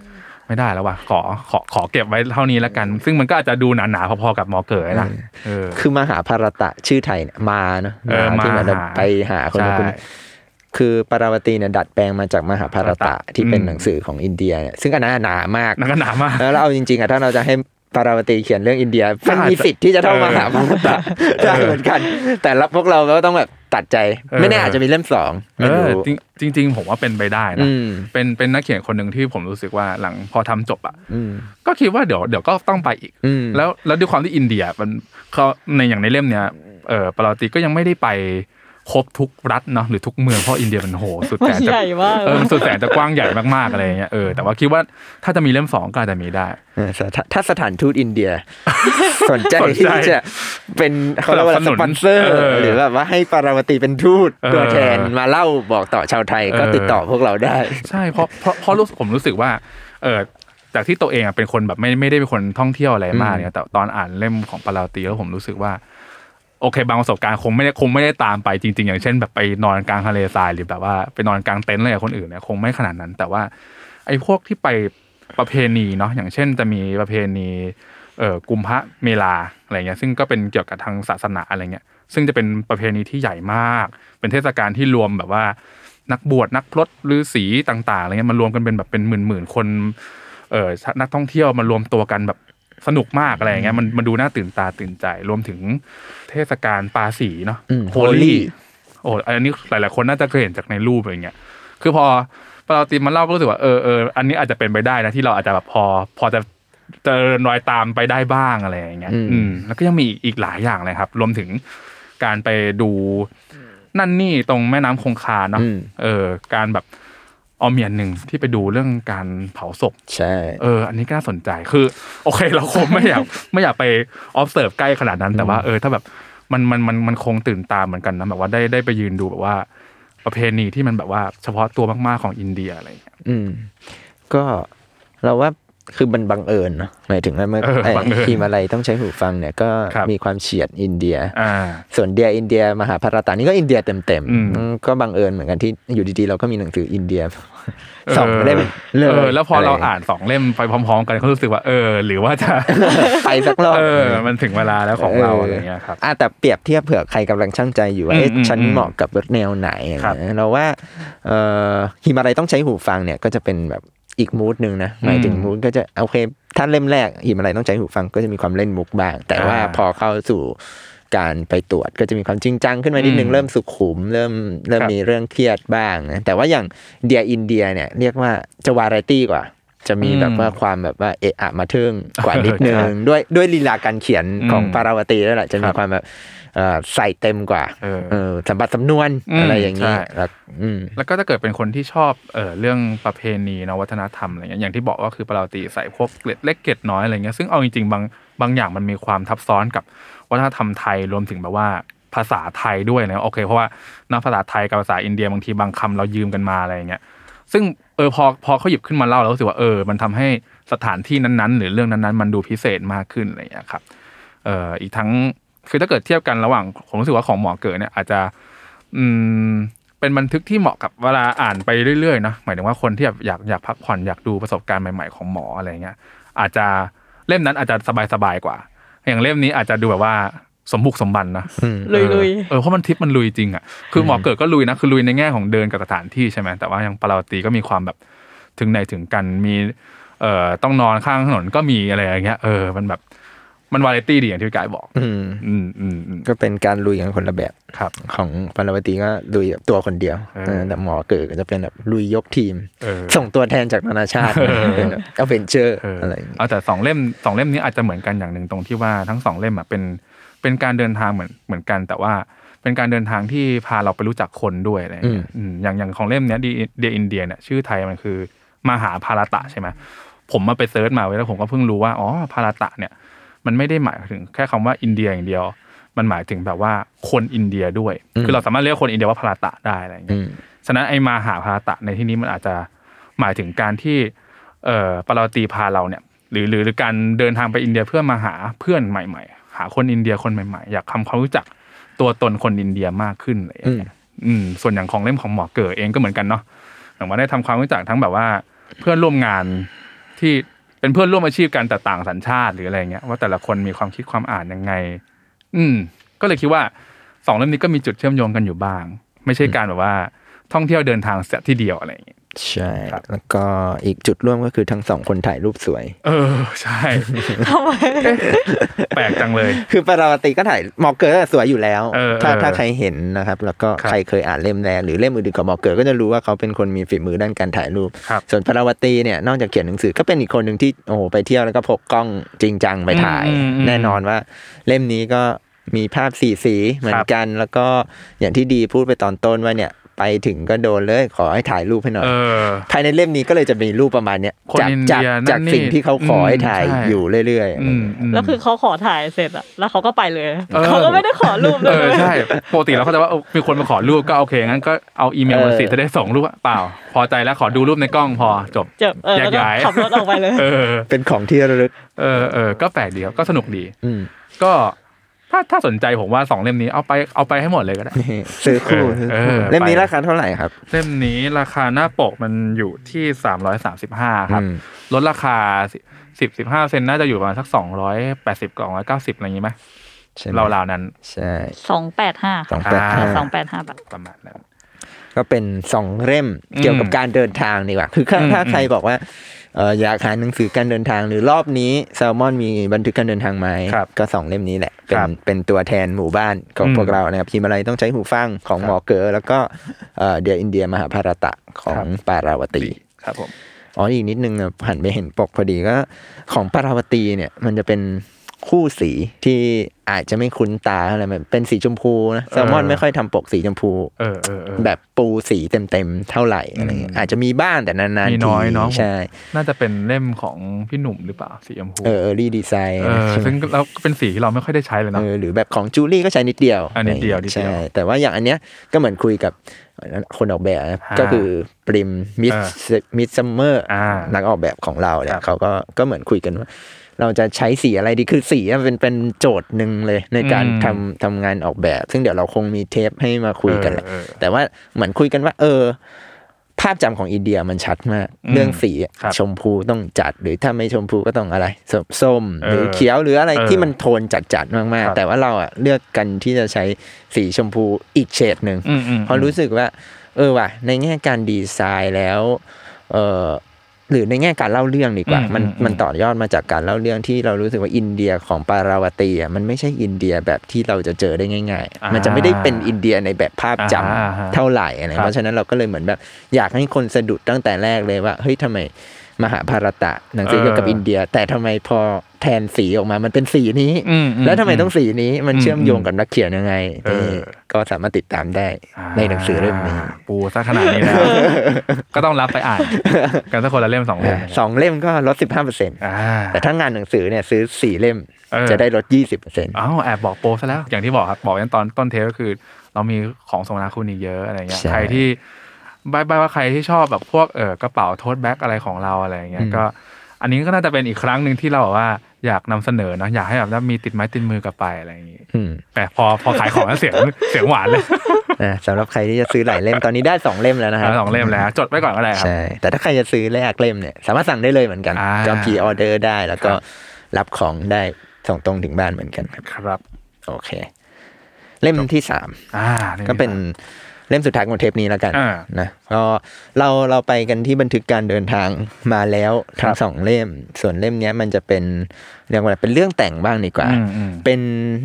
ไม่ได้แล้วว่ะขอขอขอเก็บไว้เท่านี้แล้วกัน ซึ่งมันก็อาจจะดูหนาๆพอๆกับหมอเก๋นะเออ
คือมาหาภารตะชื่อไทยเนี่ยมาเนอะ
เออ
ที่
มา
แบบ
หา
ไปหาคน
ใช่
นั้นคนนี้คือปาราวตีเนี่ยดัดแปลงมาจากมหาภารตะที่เป็น
อืม
หนังสือของอินเดียเนี่ยซึ่งอันนั้นหนามาก
นั่นก็หนามาก
แล้วเอาจริงๆอะถ้าเราจะให้ปาราวตีเขียนเรื่องอินเดีย
ก็
มัน
อาจจะ
มีสิทธิ์ที่จะเท่ามหาภารตะ
เออ
ได้เหมือนกัน แต่ละพวกเราก็ต้องแบบตัดใจ
เออ
ไม่แน่อาจจะมีเล่มสอง
เอ
ไม่
อ
รู้
จริงจริง ๆ ผมว่าเป็นไปได้นะ
อืม
เป็นเป็นนักเขียนคนหนึ่งที่ผมรู้สึกว่าหลังพอทำจบอ่ะ
อืม
ก็คิดว่าเดี๋ยวเดี๋ยวก็ต้องไปอีก
อืม
แล้วแล้วด้วยความที่อินเดียมันเขาในอย่างในเล่มเนี้ยเออปาราติก็ยังไม่ได้ไปครบทุกรัฐเนาะหรือทุกเมืองเพราะอินเดียมันโหสุด
มั
แส
น
น
ให
จะ
ญ่มาก
เออมันสุดแสนจะกว้างใหญ่มากๆอะไรอย่างเงี้ยเออแต่ว่าคิดว่าถ้าจะมีเล่มสองก็อาจจะมีได้
เออสถาถ้าสถานทูตอินเดีย สนใจ
สนใจ
ที่จะเป็นเขาเรียกว่าอะไรส
สนับสนุน
ปอนเซอร์
เออ
หรือแบบว่าให้ปาราวตีเป็นทูต
เออ
ตัวแทนมาเล่าบอกต่อชาวไทยก็
เออ
ติดต่อพวกเราได้
ใช่เพราะเพราะเพราะรู้สึกผมรู้สึกว่าเออจากที่ตัวเองอะเป็นคนแบบไม่ไม่ได้เป็นคนท่องเที่ยวอะไรมาก
อืม
เนี่ยแต่ตอนอ่านเล่มของปาราตีแล้วผมรู้สึกว่า โอเค บางประสบการณ์คงไม่ได้คงไม่ได้ตามไปจริง ๆ อย่างเช่น แบบไปนอนกลางทะเลทรายหรือแบบว่าไปนอนกลางเต็นท์อะไรกับคนอื่นเนี่ยคงไม่ขนาดนั้น แต่ว่า ไอ้พวกที่ไปประเพณีเนาะอย่างเช่นจะมีประเพณีเอ่อกุมภะเมลาอะไรเงี้ยซึ่งก็เป็นเกี่ยวกับทางศาสนาอะไรเงี้ยซึ่งจะเป็นประเพณีที่ใหญ่มาก เป็นเทศกาลที่รวมแบบว่า นักบวชนักพรตฤาษีต่างๆอะไรเงี้ยมารวมกันเป็นแบบเป็นหมื่นๆคนเอ่อนักท่องเที่ยวมารวมตัวกันแบบสนุกมากอะไรอย่างเงี้ยมันมันดูน่าตื่นตาตื่นใจ รวมถึงเทศกาลปาสีเนาะ
อืม
โฮ
Holi
ลี่ โอ้อันนี้หลาย ๆ คนน่าจะเคยเห็นจากในรูปอะไรเงี้ย คือพอพอเราตีมันเล่าก็รู้สึกว่าเออเอออันนี้อาจจะเป็นไปได้นะที่เราอาจจะแบบพอ พอจะเจริญรอยตามไปได้บ้างอะไรอย่างเงี้ย
อืม
อืมแล้วก็ยังมีอีกอีกหลายอย่างเลยครับ รวมถึงการไปดูนั่นนี่ตรงแม่น้ำคงคาเนาะ
อืม
เออ การแบบออมเมียนหนึ่งที่ไปดูเรื่องการเผาศพ
ใช่
เออ อันนี้ก็น่าสนใจ คือ โอเค เราคงไม่อยาก ไม่อยากไป observe ใกล้ขนาดนั้น แต่ว่าเออ ถ้าแบบ มัน มัน มัน มันคงตื่นตาเหมือนกันนะ แบบว่าได้ ได้ไปยืนดูแบบว่า ประเพณีที่มันแบบว่าเฉพาะตัวมากๆของอินเดียอะไรอย่างเงี้ย
อืมก็เราว่าคือมันบังเอิญเนอะหมายถึงว่าเมื่อ
เออ
ไอ้
บังเอิญ
ทีมอะไรต้องใช้หูฟังเนี่ยก็
ครับ
มีความเฉียดอินเดีย
อ่า
ส่วนเดียอินเดียมหาภารตานี่ก็อินเดียเต็ม
อืม
ๆก็บังเอิญเหมือนกันที่อยู่ดีๆเราก็มีหนังสืออินเดียสองเล่ม
เอ
เลย
อ แล้วพอเราอ่านสองเล่มไปพร้อม ๆ กันก็รู้สึกว่า เออ หรือว่าจะ
ไปสักรอบ
เออ มันถึงเวลาแล้วของเราอะไรอย่างเงี้ยครับ
อ่ะแต่เปรียบเทียบเผื่อใครกำลังช่างใจอยู่ว่า
อืม
เอ๊ะ
อืม
ฉันเหมาะกับแนวไหนอะไร
ครับ
เงี้ยเราว่าเอ่อฮิมาลัยต้องใช้หูฟังเนี่ยก็จะเป็นแบบอีกมูดหนึ่งนะหมายถึง
อืม
มูดก็จะโอเคถ้าเล่มแรกฮิมาลัยต้องใช้หูฟังก็จะมีความเล่นมุกบ้าง แต่ว่า
อ่า
พอเข้าสู่การไปตรวจก็จะมีความจริงจังขึ้นมานิดนึ
อื
ง
ม
เริ่มสุขุม เริ่มเริ่ม
ครับ
มีเรื่องเครียดบ้างนะแต่ว่าอย่างเดียอินเดียเนี่ยเรียกว่าจะวาไรตี้กว่า จะมีแบบว่าความแบบว่าเอะอะมาเทิงกว่านิดนึ
ใช่
ง ด้วยด้วยลีลาการเขียนของปาราวตีแล้วยแหละจะ
ค
มี
รับ
ความแบบเอ่อใส่เต็มกว่า
เออ
เออสัมบัติสำนวน
อืม
อะไรอย่างนี้
ใช่
แล้วอืม
แล้วก็จะเกิดเป็นคนที่ชอบเออเรื่องประเพณีเนอะวัฒนธรรมอะไรเงี้ยอย่างที่บอกว่าคือปราตีใส่พวกเกล็ดเล็กเกล็ดน้อยอะไรเงี้ยซึ่งเอาจริงๆบางบางอย่างมันมีความทับซ้อนกับวัฒนธรรมไทยรวมถึงแบบว่าภาษาไทยด้วยนะโอเค เพราะว่าเนอะภาษาไทยกับภาษาอินเดียบางทีบางคำเรายืมกันมาอะไรเงี้ยซึ่งเออพอพอเขาหยิบขึ้นมาเล่าแล้วรู้สึกว่าเออมันทำให้สถานที่นั้นๆ หรือเรื่องนั้นๆ มันดูพิเศษมากขึ้นอะไรเงี้ยครับ เอ่ออีกทั้งคือถ้าเกิดเทียบกันระหว่างผมรู้สึกว่าของหมอเก๋เนี่ยอาจจะอืมเป็นบันทึกที่เหมาะกับเวลาอ่านไปเรื่อยๆเนอะหมายถึงว่าคนที่แบบอยากอยากพักผ่อนอยากดูประสบการณ์ใหม่ๆของหมออะไรเงี้ยอาจจะเล่มนั้นอาจจะสบายๆกว่า อย่างเล่มนี้อาจจะดูแบบว่าสมบุกสมบันนะ
ลุยลุย
เออเพราะมันทริปมันลุยจริงอ่ะคือหมอเกิดก็ลุยนะคือลุยในแง่ของเดินกับสถานที่ใช่ไหมแต่ว่ายังปาราวตีก็มีความแบบถึงไหนถึงกันมี เอ่อต้องนอนข้างถนนก็มีอะไรอย่างเงี้ยเออมันแบบมันวาไรตี้ดีอย่างที่พี่กายบอก
อืม
อืมอืมอืม
ก็เป็นการลุยกันคนละแบบ
ครับ
ของปันวตีก็ลุยแบบตัวคนเดียว
เออ
เออแต่หมอเกิดก็จะเป็นแบบลุยยกทีม
เออ
ส่งตัวแทนจากนานาชาติ
เออ
เป็นแบบอเวนเจอร์
เออ
อะไรอย่างเงี้ย
เอาแต่สองเล่มสองเล่มนี้อาจจะเหมือนกันอย่างหนึ่งตรงที่ว่าทั้งสองเล่มอะเป็นเป็นการเดินทางเหมือนเหมือนกัน แต่ว่าเป็นการเดินทางที่พาเราไปรู้จักคนด้วยอะไรอย่างเงี้ยอืมอย่างอย่างของเล่มเนี้ยดีเดียอินเดียเนี่ยชื่อไทยมันคือมหาภารตะใช่ไหมผมมาไปเซิร์ชมาไว้ยแล้วผมก็เพิ่งรู้ว่าอ๋อภารตะเนี่ย มันไม่ได้หมายถึงแค่คำว่าอินเดียอย่างเดียว มันหมายถึงแบบว่าคนอินเดียด้วย คือเราสามารถเรียกคนอินเดียว่าภารตะได้อะไรอย่างเงี้ย
อืม
ฉะนั้นไอ้มาหาพาตะในที่นี้มันอาจจะหมายถึงการที่เอ่อปราวตีพาเราเนี่ยหรือหรือหรือการเดินทางไปอินเดียเพื่อมาหาเพื่อนใหม่ ๆ หาคนอินเดียคนใหม่ ๆ อยากทำความรู้จักตัวตนคนอินเดียมากขึ้นอะไรอย่างเงี้ยอืมส่วนอย่างของเล่มของหมอเก๋อเองก็เหมือนกันเนาะหมายว่าได้ทำความรู้จักทั้งแบบว่าเพื่อนร่วมงานที่เป็นเพื่อนร่วมอาชีพกันแต่ต่างสัญชาติหรืออะไรเงี้ยว่าแต่ละคนมีความคิดความอ่านยังไง อืมก็เลยคิดว่าสองเล่มนี้ก็มีจุดเชื่อมโยงกันอยู่บ้าง ไม่ใช่การแบบว่า ท่องเที่ยวเดินทางเสียที่เดียวอะไรอย่างเงี้ย
ใช่
ครับ
แล้วก็อีกจุดร่วมก็คือทั้งสองคนถ่ายรูปสวย
เออ ใช่ แปลกจังเลย
คือปาราวตีก็ถ่ายมอเกอร์สวยอยู่แล้ว
เออ
ถ้า
เออ
ถ้าใครเห็นนะครับ แล้วก็
ครับ
ใครเคยอ่านเล่มแรกหรือเล่มอื่นๆของมอเกอร์ก็จะรู้ว่าเขาเป็นคนมีฝีมือด้านการถ่ายรูป
ครับ
ส่วนปาราวตีเนี่ยนอกจากเขียนหนังสือก็เป็นอีกคนหนึ่งที่โอ้โหไปเที่ยวแล้วก็พกกล้องจริงจังไปถ่าย
อืมอืม
แน่นอนว่าเล่มนี้ก็มีภาพสีสีเหมือนกัน แล้วก็อย่างที่ดีพูดไปตอนต้นว่าเนี่ยไปถึงก็โดนเลยขอให้ถ่ายรูปให้หน่อย
เออ
ภายในเล่มนี้ก็เลยจะมีรูปประมาณเนี้ย
คน
จาก
อิน
จาก
เดียนั่น
จาก
นี่
สิ่งที่เขาขอให้ถ่าย
อืมใช่
อยู่เรื่อยๆอะไร
อืม
เงี้ย
ม
แล้วคือเขาขอถ่ายเสร็จอะแล้วเขาก็ไปเลย
เออ
เขาก็ไม่ได้ขอรูปเล
เอย อใช่ปกติเราเข้าใจว่าเออมีคนมาขอรูปก็โอเคงั้นก็เอาอีเมลมาสิ
เออ
จะได้ส่งรูปเปล่า พอใจแล้วขอดูรูปในกล้องพอจบ
เจบเออแล้วก็
แยกย้าย
ขับรถออกไปเลย
เออ
เป็นของที่ระลึก
เออเออก็แปลกดีครับก็สนุกดี
อืม
ก็ถ้าถ้าสนใจผมว่าสองเล่มนี้เอาไปเอาไปให้หมดเลยก็ได้
ซื้อคู่ซื้อ
เออ
คู่
เออ
เล่มนี้
ไป
ราคาเท่าไหร่ครับ
เล่มนี้ราคาหน้าปกมันอยู่ที่สามร้อยสามสิบห้าครับ
อืม
ลดราคาสิบสิบห้าเซนน่าจะอยู่ประมาณสักสองร้อยแปดสิบกับสองร้อยเก้าสิบอะไรอย่างนี้ไหม
ใช่ไหม
เราราวๆนั้น
ใช่
สองแปดห้า
สองแปดห้า
อ่า
สองแปดห้าบาท
ประมาณนั้น
ก็เป็นสองเล่ม
อืม
เกี่ยวกับการเดินทางดีกว่า คือถ้า
อืม
ถ้าใครบอกว่าเอ่ออยากหาหนังสือการเดินทาง หรือรอบนี้แซลมอนมีบันทึกการเดินทางไหม
ครับ
ก็สองเล่มนี้แหละ เป็
คน รับ
เป็นตัวแทนหมู่บ้านของ
อืม
พวกเรานะครับพิมพ์อะไรต้องใช้หูฟังของหมอเก๋อแล้วก็เดียอินเดียมหาภารตะขอ
ครั
ง
บ
ปาราวตี
ครับผม
อ๋ออีกนิดนึงอะหันไปเห็นปกพอดีก็ของปาราวตีเนี่ยมันจะเป็นคู่สีที่อาจจะไม่คุ้นตาอะไรมันเป็นสีชมพูนะแซลมอน
เออ
ไม่ค่อยทำปกสีชมพู
เออเออเออ
แบบปูสีเต็มๆเท่าไหร่อะไรเงี้ยอาจจะมีบ้างแต่นาน
มี
ๆ
น้
ที
อยเนอะ
ใช่
น่าจะเป็นเล่มของพี่หนุ่มหรือเปล่าสีชมพู
เออรีดีไซน์
เออซึ่งเราก็เป็นสีที่เราไม่ค่อยได้ใช้เลย
เอ
เนาะ
อหรือแบบของจูลี่ก็ใช้นิดเดียว
อันนิดเดียวนิดเดียว
ใช่แต่ว่าอย่างอันเนี้ยก็เหมือนคุยกับคนออกแบบนะ
อ่า
ก็คือปริมมิสมิสซัมเมอร์
อ่า
นักออกแบบของเราเนี่
ครั
ย
บ
เขาก็ก็เหมือนคุยกันว่า เราจะใช้สีอะไรดีคือสีมันเป็นเป็นโจทย์หนึ่งเลยในการ
อืม
ทำทำงานออกแบบ ซึ่งเดี๋ยวเราคงมีเทปให้มาคุยกันแหละ
เออเออ
แต่ว่าเหมือนคุยกันว่า เออ ภาพจำของอินเดียมันชัดมาก
อืม
เรื่องสีอะ
ครับ
ชมพูต้องจัดหรือถ้าไม่ชมพูก็ต้องอะไรส้มส้ม
เออ
หรือเขียวหรืออะไร
เออ
ที่มันโทนจัดๆมาก
ครับ
ๆ แต่ว่าเราอะเลือกกันที่จะใช้สีชมพูอีกเฉดหนึ่ง
อืมอืม
เพราะรู้สึกว่า เออว่ะในแง่การดีไซน์แล้วเออหรือในแง่การเล่าเรื่องดีกว่า
อืม
มัน
อืม
มันต่อยอดมาจากการเล่าเรื่องที่เรารู้สึกว่าอินเดียของปาราวตีอ่ะมันไม่ใช่อินเดียแบบที่เราจะเจอได้ง่าย
อ่า
ๆ
มั
มันจะไม่ได้เป็นอินเดียในแบบภาพจำ
อ่าฮะ
เท่าไหร่อะไร
ครับ
เพราะฉะนั้นเราก็เลยเหมือนแบบ อยากให้คนสะดุดตั้งแต่แรกเลยว่าเฮ้ยทำไมมหาภารตะหนังสือเกี่ยวกับ
เอออิ
อินเดีย แต่ทำไมพอแทนสีออกมามันเป็นสีนี้
อืมอืม
แล้วทำไมต้องสีนี้มัน
อืม
เชื่อมโยง
อืม
กับนักเขียนยังไง
เออ
นี่ ก็สามารถติดตามได้
อ่า
ในหนังสือเล่มนี้
ปูซะขนาดนี้แล้ว ก็ต้องรับไปอ่าน กันสักคนละเล่มสองเล่ม
อ่าสองเล่มก็ลด 15เปอร์เซ็นต์
อ่า
แต่ถ้างานหนังสือเนี่ยซื้อสี่เล่ม
เออ
จะได้ลด 20เปอร์เซ็นต์
อ้าวแอบบอกโปรซะแล้ว อย่างที่บอกครับ บอกกันตอนต้นเทปก็คือ เรามีของสมนาคุณอีกเยอะอะไรเงี้ย
ใช่
ใครที่บายบายว่าใครที่ชอบแบบพวกเออกระเป๋าโทสแบ็กอะไรของเราอะไรเงี้ย
อืม
ก็ อันนี้ก็น่าจะเป็นอีกครั้งหนึ่งที่เราแบบว่าอยากนำเสนอเนอะอยากให้แบบว่ามีติดไม้ติดมือกลับไปอะไรอย่างงี้แหมพอพอขายของแล้วเสียง เสียงหวานเลย
สำหรับใครที่จะซื้อหลายเล่มตอนนี้ได้สองเล่มแล้วนะครับ
เอาสองเล่มแล้ว จดไว้ก่อนก็ได้ครับ
ใช่แต่ถ้าใครจะซื้อแรกเล่มเนี่ยสามารถสั่งได้เลยเหมือนกัน
อ่า
ก็พีออเดอร์ได้แล้วก็รับของได้ส่งตรงถึงบ้านเหมือนกันครับ
ครับ
โอเค เล่มที่สาม
อ่า
ก็เป็น เล่มสุดท้ายของเทปนี้แล้วกัน
อ่า
นะก็เราเราไปกันที่บันทึกการเดินทางมาแล้วทั้งสองเล่ม ส่วนเล่มเนี้ยมันจะเป็นเรียกว่าอะไรเป็นเรื่องแต่งบ้างดีกว่า
อืมอืม
เป็น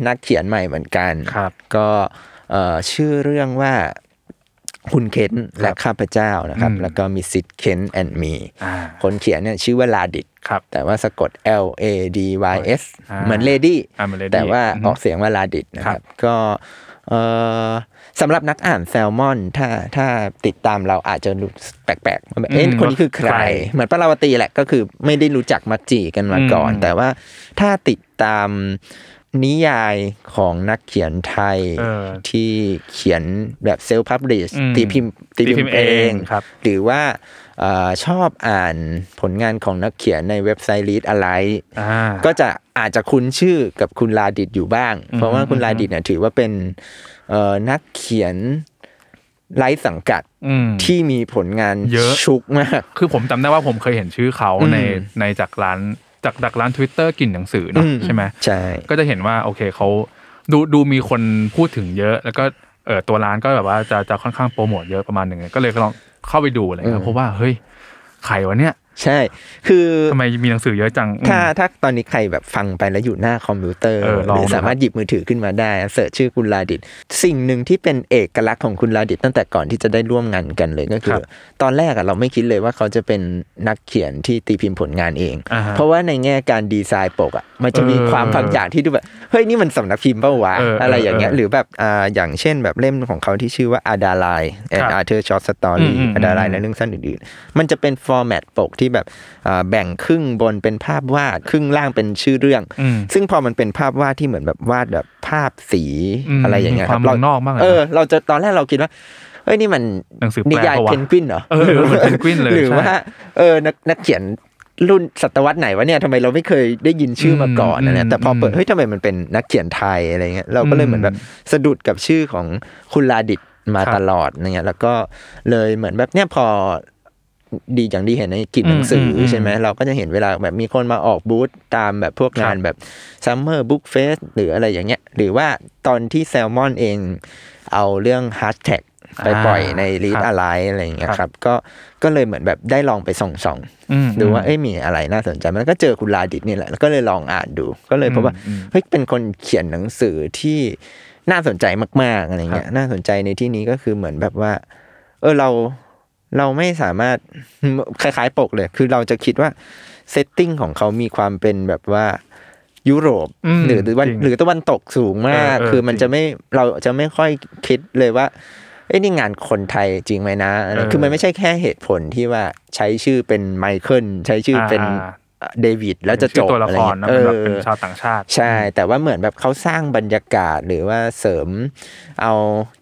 นักเขียนใหม่เหมือนกัน
ครับ
ก็เอ่อชื่อเรื่องว่าคุณเคนและข้าพเจ้านะครับ แล้วก็มีสิทธิ์เคนแอนด์มี
อ่า
คนเขียนเนี่ยชื่อว่าลาดิก
ครับ
แต่ว่าสะกด L A D Y S
อ่า
เหมือนเลดี้
อ่าเหมือน lady
แต่ว่า
อืม
ออกเสียงว่าลาดิดนะค
ครั
รับ
บ
ก็เอ่อสำหรับนักอ่านแซลมอน ถ้าถ้าติดตามเราอาจจะรู้แปลกๆว่าแบบเอ๊ะคนนี้คือใคร เหมือนปราวตีแหละก็คือไม่ได้รู้จักมัจจีกันมาก่อน แต่ว่าถ้าติดตามนิยายของนักเขียนไทย
เออ
ที่เขียนแบบเซลฟ์พับลิช
อืม
ตีพิมพ์ตี
ตีพิ
พิ
ม
ม
พ์
พ์เอ
เอง
ง
ครับ
หรือว่าเออชอบอ่านผลงานของนักเขียนในเว็บไซต์รีดอะไร
อ่า
ก็จะอาจจะคุ้นชื่อกับคุณลาดิดอยู่บ้าง เพราะว่าคุณลาดิดเนี่ยถือว่าเป็นเอ่อนักเขียนไร้สังกัด
อืม
ที่มีผลงาน
เยอะ
ชุกมาก
คือผมจำได้ว่าผมเคยเห็นชื่อเขา
อืม
ในในจากร้านจากจากร้าน Twitter กลิ่นหนังสือเนอะใช่ไหม
ใช่
ก็จะเห็นว่าโอเคเขาดูดูมีคนพูดถึงเยอะ แล้วก็เออตัวร้านก็แบบว่าจะจะค่อนข้างโปรโมทเยอะประมาณหนึ่งก็เลยลองเข้าไปดูอะไรเงี้ยเพราะว่าเฮ้ยใครวะเนี่ย
ใช่ คือ
ทำไมมีหนังสือเยอะจังอืม
ถ้าถ้าตอนนี้ใครแบบฟังไปแล้วอยู่หน้าคอมพิวเตอร์
เออ
ห
ลอง
รือ
ดู
สามารถหยิบมือถือขึ้นมาได้เสิร์ชชื่อคุณลาดิดสิ่งหนึ่งที่เป็นเอกลักษณ์ของคุณลาดิดตั้งแต่ก่อนที่จะได้ร่วมงานกันเลยก็คือ ตอนแรกอะเราไม่คิดเลยว่าเขาจะเป็นนักเขียนที่ตีพิมพ์ผลงานเอง
อ่าฮะ
เพราะว่าในแง่การดีไซน์ปกอ่ะมันจะมี
เออ
ความบางอย่างที่ดูแบบเฮ้ยนี่มันสำนักพิมพ์เป้าวะ
เออเออ
อะไรอย่างเงี้ย
เออ
หรือแบบอ่าอย่างเช่นแบบเล่มของเขาที่ชื่อว่าอาดาไลแอน
ครับ
อาร์เธอร์ช็อตสตอรี่
อืมอืม
อาดาไล
อืม
และเรื่องสั้นอื่นๆ มันจะเป็นฟอร์แมตปกที่แบบอ่าแบ่งครึ่งบนเป็นภาพวาดครึ่งล่างเป็นชื่อเรื่อง
อืม
ซึ่งพอมันเป็นภาพวาดที่เหมือนแบบวาดแบบภาพสี
อืม
อะไรอย่างเงี้ย
มีความ
เรา
เมืองนอกมากเลยนะ
เออ เราจะตอนแรกเราคิดว่าเอ้ยนี่มัน
หนังสือแปล
นิยาย
ปะวะ
เพนกวินเหรอ
เออเหมือนเพนกวินเลย
หรือ
ใช่
ว่าเออนักนักเขียนรุ่นศตวรรษไหนวะเนี่ยทำไมเราไม่เคยได้ยินชื่อมาก่อน
อืม
นะเนี่ยแต่พอเปิด
อืม
เฮ้ยทำไมมันเป็นนักเขียนไทยอะไรเงี้ยเราก็เลยเหมือนแบบสะดุดกับชื่อของคุณลาดิดมา
ครับ
ตลอดนะเงี้ยแล้วก็เลยเหมือนแบบเนี่ยพอดีอย่างดีเห็นในกิจหนังสือ
มอืม
ใช่ไหม เราก็จะเห็นเวลาแบบมีคนมาออกบูธตามแบบพวกงานแบบซัมเมอร์บุ๊กเฟสหรืออะไรอย่างเงี้ย หรือว่าตอนที่แซลมอนเองเอาเรื่องฮ a ร์ t แท็กไปปล่อยในรีด
ครับ
อะไรอะไรอย่างเงี้ย
ค
ค
รั
รับ บ ก็ก็เลยเหมือนแบบได้ลองไปส่องส่องๆ
อืม
ดูว่าเอ้ยมีอะไรน่าสนใจมันก็เจอคุณลาดิดนี่แหละแล้วก็เลยลองอ่านดู ก็เลยพบว่า
อืมอืม
เฮ้ยเป็นคนเขียนหนังสือที่น่าสนใจมากๆอะไรเงี้ยน่าสนใจในที่นี้ก็คือเหมือนแบบว่า เออเราเราไม่สามารถ คล้ายๆปกเลย คือเราจะคิดว่าเซตติ้งของเขามีความเป็นแบบว่ายุโรป
อืม
หรือหรือวัน
จริง
หรือตะวันตกสูงมาก
เออเออ
คือมัน
จริง
จะไม่เราจะไม่ค่อยคิดเลยว่าเอ้ยนี่งานคนไทยจริงไหมนะอะไร
เออ
คือมันไม่ใช่แค่เหตุผลที่ว่าใช้ชื่อเป็นไมเคิลใช้ชื่อเป็น
อ่า
เดวิดแล้วจะจ
ชื่
บ
อตัวละครนะ
อ
เป็น
ไเงี้ย
แบบเป็น
ออ
ชาวต่างชาติ
ใช่ แต่ว่าเหมือนแบบเขาสร้างบรรยากาศหรือว่าเสริมเอา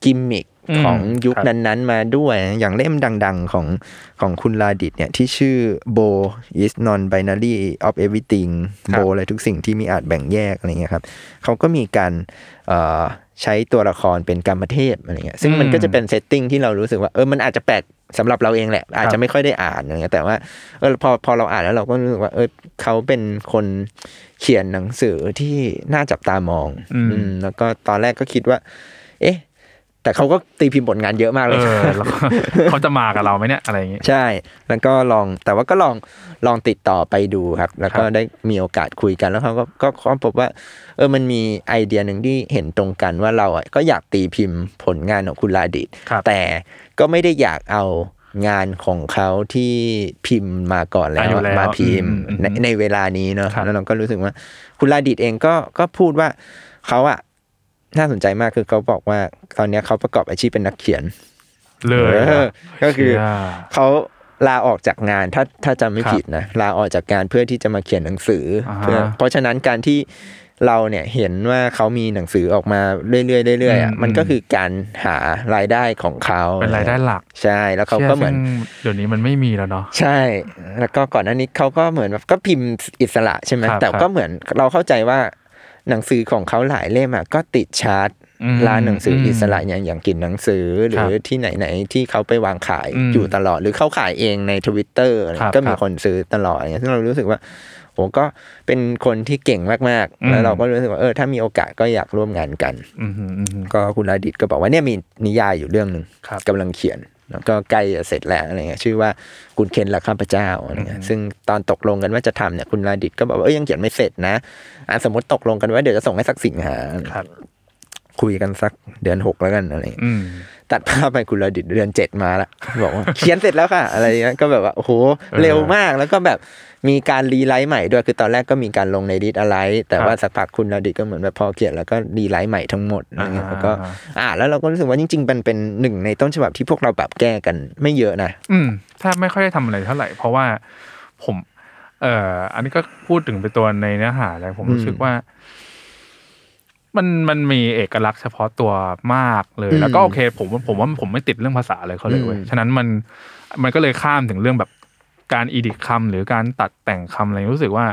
กิมมิค
อืม
ของยุค
ครับ
นั้นๆมาด้วย อย่างเล่มดังๆของของคุณลาดิดเนี่ยที่ชื่อ Bo is non binary of everything โบเลยทุกสิ่งที่มีอาจแบ่งแยกอะไรเงี้ยครับเขาก็มีการเอ่อใช้ตัวละครเป็นกรรมเทพอะไรเงี้ยซึ่งมันก็จะเป็นเซตติ้งที่เรารู้สึกว่าเออมันอาจจะแปลกสำหรับเราเองแหละ อาจจะไม่ค่อยได้อ่านอะไรเงี้ยแต่ว่าเออพอพอเราอ่านแล้วเราก็รู้สึกว่าเออเขาเป็นคน เขียนหนังสือที่น่าจับตามอง
อืม
อืม แล้วก็ตอนแรกก็คิดว่า เอ๊ะ แต่เขาก็ตีพิมพ์ผลงานเยอะมากเล
เอย อแล้วก็ เขาจะมากับเราไหมเนี่ยอะไรอย่างงี้
ใช่ แล้วก็ลอง แต่ว่าก็ลอง ลองติดต่อไปดูครับ แล้วก็
ครับ
ได้มีโอกาสคุยกัน แล้วเขาก็ก็ค้นพบว่า เออ มันมีไอเดียหนึ่งที่เห็นตรงกันว่าเราอ่ะก็อยากตีพิมพ์ผลงานของคุณลาดิด
ครับ
แต่ก็ไม่ได้อยากเอางานของเขาที่พิมพ์มาก่อนแล้ว
อ่ะอยู่
อะ
แล้ว
มาพิมพ์
อืมอืม
ในในเวลานี้เนอะ
ครับ
แล้วเราก็รู้สึกว่า คุณลาดิดเองก็ก็พูดว่าเขาอ่ะน่าสนใจมากคือเขาบอกว่าตอนเนี้ยเขาประกอบอาชีพเป็นนักเขียน
เลย
เออก็คือ
เชี่ย
เขาลาออกจากงานถ้าถ้าจำไม่
ครับ
ผิดนะลาออกจากงานเพื่อที่จะมาเขียนหนังสืออา
ฮะ
เพื่อเพราะฉะนั้นการที่เราเนี่ยเห็นว่าเขามีหนังสือออกมาเรื่อยๆเรื่อยๆอ่ะ
อืม
มันก็คือการหารายได้ของเขา
เป็นรายได้หลัก
ใช่แล้วเขาก็เหมือน
ชี่ยซึ่งเดี๋ยวนี้มันไม่มีแล้วเนาะ
ใช่ แล้วก็ก่อนหน้านี้เขาก็เหมือนแบบก็พิมพ์อิสระใช่ไหม
ครับ
แต่
ครั
ก็
บ
เหมือนเราเข้าใจว่าหนังสือของเขาหลายเล่มอะก็ติดชาร์ต
อืม
ร้านหนังสืออ
ม
อิสระอย่างอย่างกินหนังสือห
ค
รื
รับ
อที่ไหนๆที่เขาไปวางขาย
อืม
อยู่ตลอด หรือเขาขายเองในทวิตเตอร์
ครับ
ก็มี
ครับ
คนซื้อตลอดอย่างเงี้ยซึ่งเรารู้สึกว่า ผมก็เป็นคนที่เก่งมากๆ
อืม
แล้วเราก็รู้สึกว่าเออถ้ามีโอกาสก็อยากร่วมงานกัน
อืมอืมอืม
ก็คุณอดิตก็บอกว่าเนี่ยมีนิยายอยู่เรื่องหนึ่ง
ครับ
กำลังเขียนแล้วก็ใกล้จะเสร็จแล้วอะไรเงี้ยชื่อว่าคุณเคนหลักข้าพเจ้าอะไรเงี้ยซึ่งตอนตกลงกันว่าจะทำเนี่ยคุณอดิตก็บอกว่าเอ้ยยังเขียนไม่เสร็จนะอ่ะสมมติตกลงกันไว้เดี๋ยวจะส่งให้สักสิงหา
ครับ
คุยกันสักเดือนหกแล้วกันอะไรเงี้ย
อืม
ตัดภาพไปคุณระดิตเดือนเจ็ดมาละบอกว่า เขียนเสร็จแล้วค่ะอะไรอย่างเงี้ยก็แบบว่าโอ้โห
เออ
เร็วมากแล้วก็แบบมีการรีไลท์ใหม่ด้วยคือตอนแรกก็มีการลงในดิสอะไร แต่ว่า
ครับ
สักพักคุณระดิตก็เหมือนแบบพอเขียนแล้วก็รีไลท์ใหม่ทั้งหมดอะไรเงี้ย
อ่า
แล้วก็อ่าแล้วเราก็รู้สึกว่าจริงๆมันเป็นหนึ่งในต้นฉบับที่พวกเราแบบแก้กันไม่เยอะนะ
อืมถ้าไม่ค่อยได้ทำอะไรเท่าไหร่ เพราะว่าผม เอ่อ อันนี้ก็พูดถึงไปตัวในเนื้อหาเลยผม
อืม
รู้สึกว่า มันมันมีเอกลักษณ์เฉพาะตัวมากเลย
อืม
แล้วก็โอเค ผมว่าผมว่าผมไม่ติดเรื่องภาษาเลยเขาเลยเว้ย
อืม
ฉะนั้นมันมันก็เลยข้ามถึงเรื่องแบบการอีดิทคำหรือการตัดแต่งคำอะไรรู้สึกว่า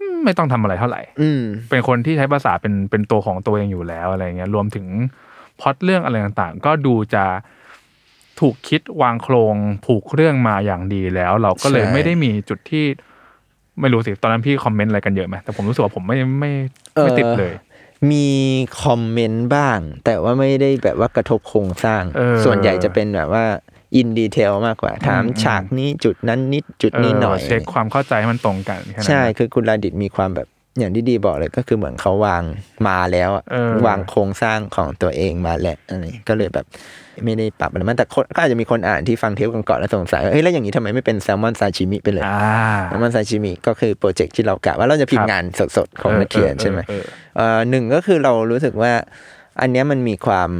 อืมไม่ต้องทำอะไรเท่าไหร่
อืม
เป็นคนที่ใช้ภาษาเป็นเป็นตัวของตัวเองอยู่แล้วอะไรเงี้ยรวมถึงพล็อดเรื่องอะไรต่างๆ ก็ดูจะถูกคิดวางโครงผูกเรื่องมาอย่างดีแล้ว เราก็เลย
ใช่
ไม่ได้มีจุดที่ ไม่รู้สิตอนนั้นพี่คอมเมนต์อะไรกันเยอะไหมแต่ผมรู้สึกว่าผมไม่ไม่ไม่ติดเลย
มีคอมเมนต์บ้าง แต่ว่าไม่ได้แบบว่ากระทบโครงสร้าง
เออ
ส่วนใหญ่จะเป็นแบบว่าอินดีเทลมากกว่าถาม
อืม
ฉากนี้จุดนั้นนิดจุด
เอ
นี้หน่อย
เช็คความเข้าใจให้มันตรงกันแค่นั้น
ใช่ คือคุณลาดิตมีความแบบอย่างที่ดีบอกเลยก็คือเหมือนเขาวางมาแล้วอะ
เออ
วางโครงสร้างของตัวเองมาแล้วอะไรก็เลยแบบไม่ได้ปรับอะไรมันแต่คนก็อาจจะมีคนอ่านที่ฟังเทปกันก่อนแล้วสงสัยว่าเฮ้ยแล้วอย่างนี้ทำไมไม่เป็นแซลมอนซาชิมิไปเลย
อ่า
แซลมอนซาชิมิก็คือโปรเจกต์ที่เรากะว่าเราจะพิม
ครั
พ์
บ
งานสดๆของนักเขียนใช่ไหม
เออ
เอ่อหนึ่งก็คือเรารู้สึกว่าอันเนี้ยมันมีความ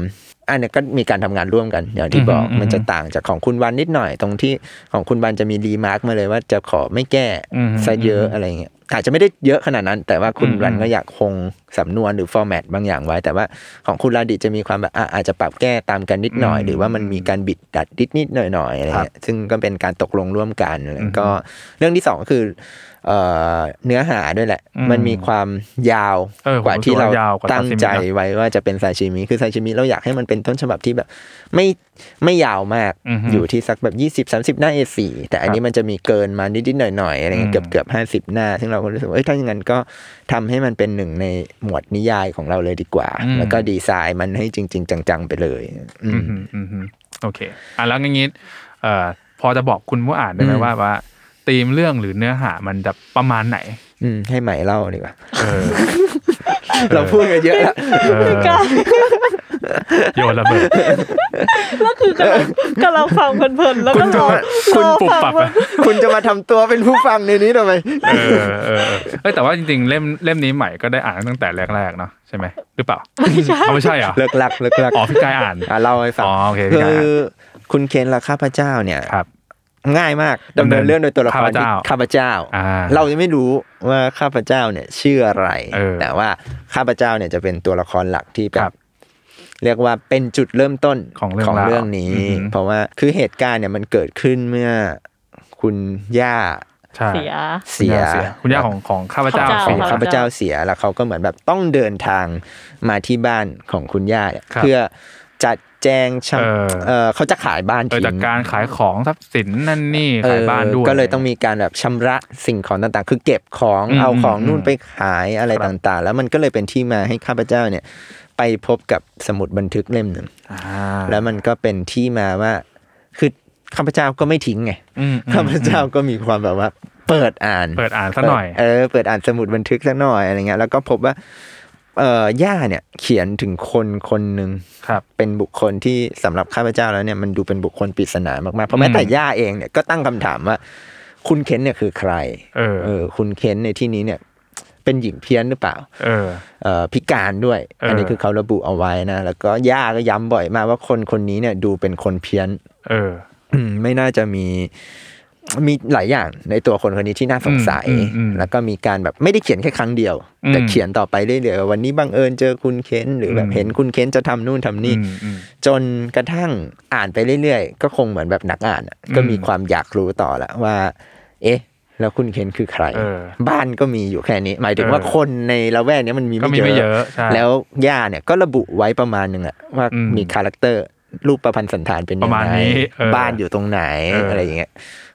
อันเนี้ยก็มีการทำงานร่วมกัน อย่างที่บอก
อืมอืม
มันจะต่างจากของคุณวันนิดหน่อย ตรงที่ของคุณวันจะมีรีมาร์กมาเลยว่าจะขอไม่แก้
อืม
ซะเยอะ
อืม
อะไรเงี้ยอาจจะไม่ได้เยอะขนาดนั้น แต่ว่าคุณ
อืม
วัน
อืม
ก็อยากคงสำนวนหรือฟอร์แมตบางอย่างไว้ แต่ว่าของคุณลาดิจะมีความแบบอ่ะอาจจะปรับแก้ตามกันนิดหน่อย หรือว่ามันมีการบิดดัดนิดนิดๆหน่อยหน่อยๆอะไรเงี้ยซึ่งก็เป็นการตกลงร่วมกันแล้วก็เรื่องที่สองก็คือเอ่อเนื้อหาด้วยแหละ
อืม
มันมีความยาว
เออผม
กว่าที่เรา
รู้สึกว่ายาวกว่า
ตั้ง
ซาซิมินะ
ใจไว้ว่าจะเป็นซาชิมิคือซาชิมิเราอยากให้มันเป็นต้นฉบับที่แบบ ไม่ไม่ยาวมาก
อือฮึ
ยู่ที่สักแบบยี่สิบสามสิบหน้า A4 แต่อันนี้มันจะมีเกินมานิดๆหน่อยๆอะไรเงี้ย
อื
เกือบ
ม
เกือบห้าสิบหน้า ซึ่งเราก็รู้สึกว่าเอ้ยถ้าอย่างนั้นก็ทำให้มันเป็นหนึ่งในหมวดนิยายของเราเลยดีกว่า แล้วก็ดีไซน์มันให้จริง ๆ จังๆไปเลยอื
อื
ม
มฮึอืมฮึโอเคอ่ะแล้วงี้เอ่อพอจะบอกคุณผู้อ่านได้ไหม
อืม
ว่าว่าธีมเรื่องหรือเนื้อหามันจะประมาณไหน
อืมให้ใหม่เล่าดีกว่า
เออ
เราพูดกันเยอะแล้ว
เออ โยนระเบิด
คือกำลังกำลังฟังเพลินๆแล้ว
คุ
ก็
ณ
ร
จะมาคุ
อ
ณปุบ
รอ
ป
ฟั
รับ
งว่า
อะ
คุณจะมาทำตัวเป็นผู้ฟังในนี้ทำไม
เออเออเออแต่ว่าจริงๆ เล่มเล่มนี้ใหม่ก็ได้อ่านตั้งแต่แรกๆเนาะใช่ไหมหรือเปล่าไม่ใช่ไม่ใช่เหรอ
เลิกลักเลิกลัก
อ๋อพี่กายอ่าน
อ่ะเล่าให้ฟัง
อ๋อโอเคพี่
คื
กายอ่ะ
อคุณเคนและข้าพเจ้าเนี่ย
ครับ
ง่ายมากดำเนินเรื่องโดยตัวละครที่ข้า
ข้า
พ
พ
เจ้า
เจ้า
เราจะไม่รู้ว่าข้าพเจ้าเนี่ยชื่ออะไร
เออ
แต่ว่าข้าพเจ้าเนี่ยจะเป็นตัวละครหลักที่แบ
ครับ บ
เรียกว่าเป็นจุดเริ่มต้น
ของเรื่องราว
นี้
อือหือ
เพราะว่าคือเหตุการณ์เนี่ยมันเกิดขึ้นเมื่อคุณย่า
ใช่
เสีย
เสีย
คุณย่าของของข้าพเจ้า
ข้าพเจ้า
ของ
เสีย
ข้าพเจ้าเสียแล้วเขาก็เหมือนแบบต้องเดินทางมาที่บ้านของคุณย่าเนี่ย
ครับ
เพื่อจัดแจงชำ
เออ
เออเขาจะขายบ้าน
เออ
ทิ้
จาก
ง
การขายของทรัพย์สินนั่นนี่ขายบ้านด้วย
เออก็เลยต้องมีการแบบชำระสิ่งของต่างๆ คือเก็บของ
อืม
เอาของ
อืม
นู่นไปขายอะไร
ครับ
ต่างๆ แล้วมันก็เลยเป็นที่มาให้ข้าพเจ้าเนี่ย ไปพบกับสมุดบันทึกเล่มหนึ่ง
อ่า
แล้วมันก็เป็นที่มาว่าคือข้าพเจ้าก็ไม่ทิ้งไง
อืมอืม
ข้าพเจ้าก็มีความแบบว่า เปิดอ่าน
เปิดอ่านซะหน่อย
เออ เปิดอ่านสมุดบันทึกสักหน่อยอะไรเงี้ย แล้วก็พบว่า เอ่อย่าเนี่ยเขียนถึงคนคนหนึ่ง
ครับ
เป็นบุคคลที่สำหรับข้าพเจ้าแล้วเนี่ยมันดูเป็นบุคคลปริศนามากๆ เพราะแม้แต่ย่าเองเนี่ยก็ตั้งคำถามว่า คุณเคนเนี่ยคือใคร
เออ
คุณเคนในที่นี้เนี่ย เป็นหญิงเพี้ยนหรือเปล่า
เออ
เอ่อพิการด้วย
เอออั
อันนี้คือเขาระบุเอาไว้นะ แล้วก็ย่าก็ย้ำบ่อยมากว่าคนคนนี้เนี่ยดูเป็นคนเพี้ยน
เออ
อืมไม่น่าจะมีมีหลายอย่างในตัวคนคนนี้ที่น่าสงสัย
อืมอืมอืม
แล้วก็มีการแบบไม่ได้เขียนแค่ครั้งเดียว
อืม
แต่เขียนต่อไปเรื่อยๆว่าวันนี้บังเอิญเจอคุณเค้นหรือแบบ
อืม
เห็นคุณเค้นจะทำนู่นทำนี่
อืมอืม
จนกระทั่งอ่านไปเรื่อยๆ ก็คงเหมือนแบบนักอ่านอะ
อืม
ก็มีความอยากรู้ต่อละว่า เอ๊ะ แล้วคุณเคนคือใคร
เออ
บ้านก็มีอยู่แค่นี้ หมายถึง
เออ
ว่าคนในละแวกเนี้ยมันมี
ก็มีไม่เยอะใช่
แล้วย่าเนี่ยก็ระบุไว้ประมาณหนึ่งอะว่า
อืม
มีคาแรคเตอร์ รูปประพันธ์สันฐานเป็นยัง
ประ
ไง
มาณนี้เออ
บ้านอยู่ตรงไหน
เอออ
อะไรอย่างเงี้ย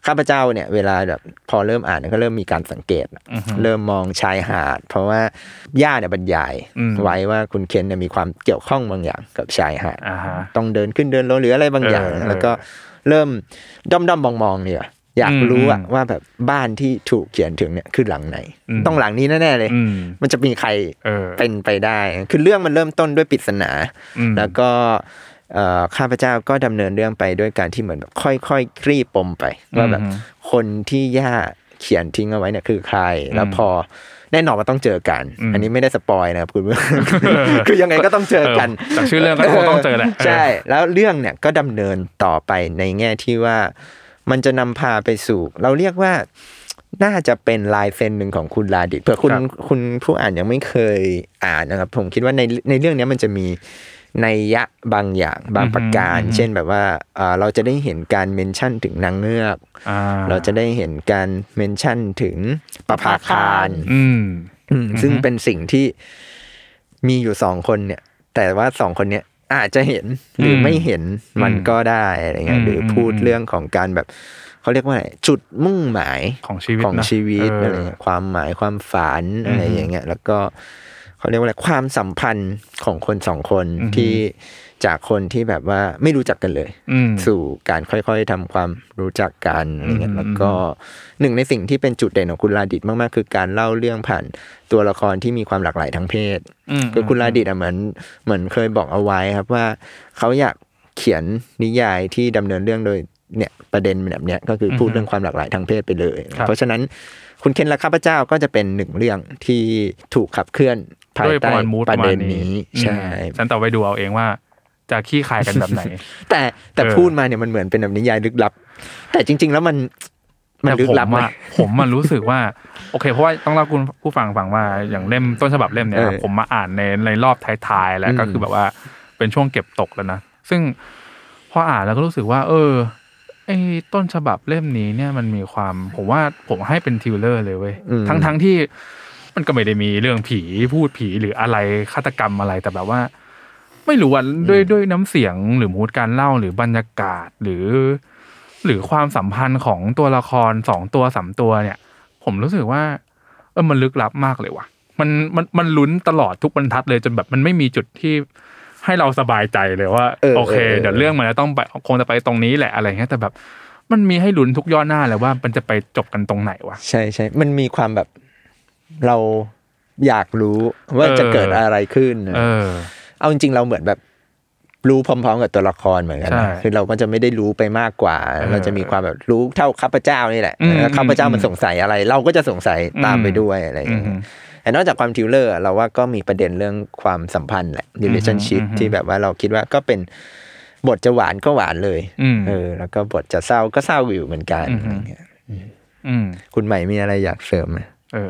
ข้าพเจ้าเนี่ย เวลาแบบพอเริ่มอ่านก็เริ่มมีการสังเกตอะ
อือฮึ
เริ่มมองชายหาด เพราะว่าย่าเนี่ยบรรยาย
อืม
ไว้ว่าคุณเคนเนี่ยมีความเกี่ยวข้องบางอย่างกับชายหาด
อ่าฮะ
ต้องเดินขึ้นเดินลงหรืออะไรบางอย่าง
เออ
แล้วก็เริ่มด้อมด้อมมองมองๆเนี่ยอยาก
อืม
รู้อะ
อืม
ว่าแบบบ้านที่ถูกเขียนถึงเนี่ยคือหลังไหน
อืม
ต้องหลังนี้แน่ๆเลย
อืม
มันจะมีใคร
เออ
เป็น ไปได้ คือเรื่องมันเริ่มต้นด้วยปริศนา
อืม
แล้วก็เอ่อข้าพเจ้าก็ดำเนินเรื่องไปด้วยการที่เหมือนแบบค่อยๆคลี่ปมไปว่าแบบ
อือฮึ
คนที่ย่าเขียนทิ้งเอาไว้เนี่ยคือใคร แล้ว
อืม
พอแน่นอนว่าต้องเจอกัน
อืม
อันนี้ไม่ได้สปอยนะครับคุณผู้ช ม คือยังไงก็ต้องเจอกัน
จากชื่อเรื่องก็คงต้องเจอแหละเออ
ใช่ แล้วเรื่องเนี่ยก็ดำเนินต่อไปในแง่ที่ว่ามันจะนำพาไปสู่ เราเรียกว่าน่าจะเป็นลายเซ็นหนึ่งของคุณลาดิตเผื่อคุณ
ครับ
คุณผู้อ่านยังไม่เคยอ่านนะครับ ผมคิดว่าในในเรื่องเนี้ยมันจะมีในยยะบางอย่างบางประการ
อือหือ
เช่นแบบว่าเอ่อเราจะได้เห็นการเมนชั่นถึงนางเงือก
อ่า
เราจะได้เห็นการเมนชั่นถึงประภาคาร
อืม
อืม
อือฮึ
ซึ่งเป็นสิ่งที่มีอยู่สองคนเนี่ย แต่ว่าสองคนเนี่ยอาจจะเห็นหรืออ
ม
ไม่เห็นมัน
อืม
ก็ได้อะไรเงี้
อื
ย
ม
หรือพูด
อืม
เรื่องของการแบบเขาเรียกว่าอะไรจุดมุ่งหมาย
ของชีวิต
ของ
นะ
ชีวิต
เอ
อะ
ออ
ไรเงี้ยความหมายความฝันอะไร
อืม
อย่างเงี้ยแล้วก็เขาเรียกว่าอะไรความสัมพันธ์ของคนสองคน
อือฮึ
ที่จากคนที่แบบว่าไม่รู้จักกันเลย
อืม
สู่การค่อยๆทำความรู้จักกันอะไรเงี้ย
อืม
แล้วก็หนึ่งในสิ่งที่เป็นจุดเด่นของคุณลาดิดมากๆ คือการเล่าเรื่องผ่านตัวละครที่มีความหลากหลายทางเพศ
อืม
คือคุณลาดิดอ่ะเหมือนเหมือนเคยบอกเอาไว้ครับว่าเขาอยากเขียนนิยายที่ดำเนินเรื่องโดยเนี่ยประเด็นแบบเนี้ยก็คืออ
อฮึ
พูดเรื่องความหลากหลายทางเพศไปเลย
ครับ
เพราะฉะนั้นคุณเคนและข้าพเจ้าก็จะเป็นหนึ่งเรื่องที่ถูกขับเคลื่อนภาย
ด้วยป
ใต้
ระมาณมู
ป
ดประ ระมา
เด็
ณ
น
นี้
นี้ใช่
อืมฉันต่อไปดูเอาเองว่า จะขี้คายกัน แบบไหน
แต่แต่
เออ
พูดมาเนี่ยมันเหมือนเป็นแบบนิยายลึกลับ แต่จริง ๆ แล้วมันมัน
แต่
ลึก
ผม
ลับไหม
อะผมมันรู้สึกว่า โอเค เพราะว่าต้องเล่าคุณผู้ฟังฟังว่าอย่างเล่มต้นฉบับเล่มเนี่ย
เออ
ครับผมมาอ่านในในรอบท้ายๆแล้วก็
อืม
คือแบบว่าเป็นช่วงเก็บตกแล้วนะซึ่งพออ่านแล้วก็รู้สึกว่า เออไอ้ต้นฉบับเล่มนี้เนี่ยมันมีความ ผมว่าผมให้เป็นทิวเลอร์เลยเว้ยทั้งทั้งๆที่มันก็ไม่ได้มีเรื่องผีพูดผีหรืออะไรฆาตกรรมอะไรแต่แบบว่า ไม่รู้ว่าด้วยด้วยน้ำเสียงหรือมูดการเล่าหรือบรรยากาศหรือ หรือความสัมพันธ์ของตัวละครสองตัวสามตัวเนี่ย ผมรู้สึกว่า เออมันลึกลับมากเลยว่ะ มันมันมันลุ้นตลอดทุกบรรทัดเลยจนแบบมันไม่มีจุดที่ให้เราสบายใจเลยว่า
เออ
โอเค
เออเออ
เดี๋ยวเรื่องมันจะต้องไปคงจะไปตรงนี้แหละอะไรเงี้ยแต่แบบ มันมีให้ลุ้นทุกย่อหน้าเลยว่ามันจะไปจบกันตรงไหนวะ
ใช่ใช่ มันมีความแบบเราอยากรู้ว่าจะเกิดอะไรขึ้น
เออ
เอาจริงๆเราเหมือนแบบรู้พร้อมๆ กับตัวละครเหมือนกันนะ
ใช่
คือเราก็จะไม่ได้รู้ไปมากกว่า
เออ
เราจะมีความแบบรู้เท่าข้าพเจ้านี่แหละ
อืม
แล้วข้าพเจ้ามัน
อืม
สงสัยอะไร เราก็จะสงสัยตามไปด้วยอะไรอย่างเงี้ย
อืม
แต่นอกจากความทิวเลอร์เราว่าก็มีประเด็นเรื่องความสัมพันธ์แหละ relationship
อืม
ที่แบบว่าเราคิดว่าก็เป็นบทจะหวานก็หวานเลย
อืม
เออ แล้วก็บทจะเศร้าก็เศร้าอยู่เหมือนกัน
อืม
อะไรเงี้ย
อืม
คุณใหม่มีอะไรอยากเสริมไหม
เออ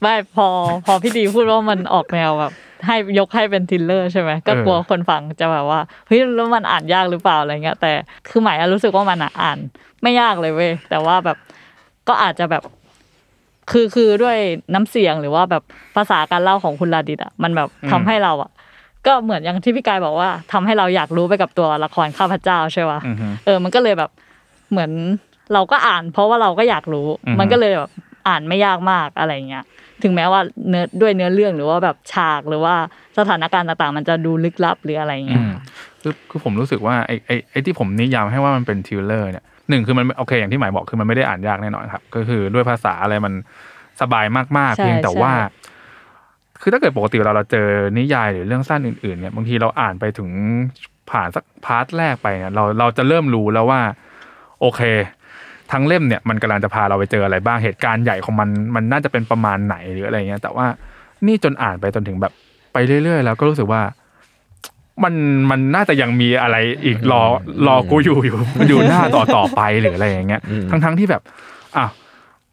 ไม่พอพอพี่ดีพูดว่ามันออกแนวแบบ ให้ยกให้เป็นทริลเลอร์ใช่ไหมก็
เออ
กลัวคนฟังจะแบบว่าเฮ้ยแล้วมันอ่านยากหรือเปล่าอะไรเงี้ยแต่คือหมายอะรู้สึกว่ามันอะอ่านไม่ยากเลยเว้ยแต่ว่าแบบก็อาจจะแบบ คือคือด้วยน้ำเสียงหรือว่าแบบภาษาการเล่าของคุณลาดิตอ่ะมันแบบทำให้เราอ่ะ ก็เหมือนอย่างที่พี่กายบอกว่าทำให้เราอยากรู้ไปกับตัวละครข้าพเจ้าใช่ปะ
อืม
เออ มันก็เลยแบบเหมือนเราก็อ่าน เพราะว่าเราก็อยากรู้
อือฮึ
มันก็เลยแบบอ่านไม่ยากมากอะไรเงี้ย ถึงแม้ว่าเนื้อด้วยเนื้อเรื่องหรือว่าแบบฉากหรือว่าสถานการณ์ต่างๆ มันจะดูลึกลับหรืออะไรเงี้ย
อืม คือคือผมรู้สึกว่าไอ้ไอ้ไอ้ที่ผมนิยามให้ว่ามันเป็นทิวเลอร์เนี่ยหนึ่งคือมันโอเคอย่างที่หมายบอกคือมันไม่ได้อ่านยากแน่นอนครับ ก็คือด้วยภาษาอะไรมันสบายมากๆ
ใช่
เพียงแต่
ใช่
ว่า คือถ้าเกิดปกติเราเราเจอนิยายหรือเรื่องสั้นอื่นๆเนี่ยบางทีเราอ่านไปถึงผ่านสักพาร์ทแรกไปเนี่ยเราเราจะเริ่มรู้แล้วว่า โอเค ทั้งเล่มเนี่ยมันกำลังจะพาเราไปเจออะไรบ้างเหตุการณ์ใหญ่ของมันมันน่าจะเป็นประมาณไหนหรืออะไรเงี้ย แต่ว่านี่จนอ่านไปจนถึงแบบไปเรื่อยๆ แล้วก็รู้สึกว่า มันมันน่าจะยังมีอะไรอีกรอรอกูอยู่อยู่ อยู่หน้าต่อต่อไปหรืออะไรอย่างเงี้ย ทั้งทั้งที่แบบอ่ะ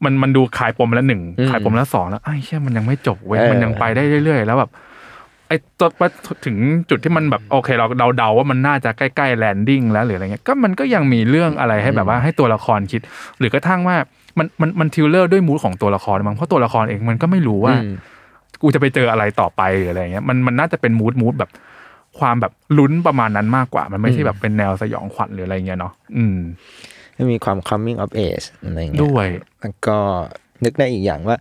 มันมันดูขายปมแล้วหนึ่ง
อืม
ขายปมแล้วสองแล้วไอ้เชี่ยมันยังไม่จบเว้ย
เออ
มันยังไปได้เรื่อยๆ แล้วแบบไอ้ตัวมาถึงจุดที่มันแบบโอเค เราเดาๆว่ามันน่าจะใกล้ๆแลนดิ้งแล้วหรืออะไรเงี้ยก็มันก็ยังมีเรื่องอะไรให้แบบว่าให้ตัวละครคิด หรือกระทั่งว่ามันมันมันทิวเลอร์ด้วยมูดของตัวละครมั้งเพราะตัวละครเองมันก็ไม่รู้ว่า
อืม
กูจะไปเจออะไรต่อไปหรืออะไรเงี้ยมันมันน่าจะเป็นมูดมูดแบบ ความแบบลุ้นประมาณนั้นมากกว่า มันไม่ใช่แบบเป็นแนวสยองขวัญหรืออะไรเงี้ยเนาะอืม
ไม่มีความ coming of age อะไรเงี้ย
ด้วย
แล้วก็นึกได้อีกอย่างว่า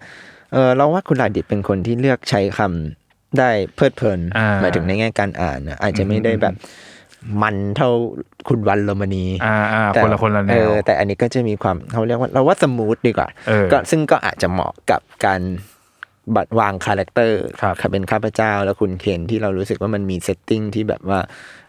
เออเราว่าคุณลาดิบเป็นคนที่เลือกใช้คำได้เพลิดเพลิน
อ่า
หมายถึงในแง่การอ่านนะอาจจะไม่ได้แบบมันเท่าคุณวันโรมนี
อ่าอ่า
แต่
คนละคนละแนว
เออแต่อันนี้ก็จะมีความเขาเรียกว่าเราว่าสมูทดีกว่า
เออ
ก็ซึ่งก็อาจจะเหมาะกับการบัดวางคาแรคเตอร์
ครับ
เป็นข้าพเจ้าแล้วคุณเคนที่เรารู้สึกว่ามันมีเซตติ้งที่แบบว่า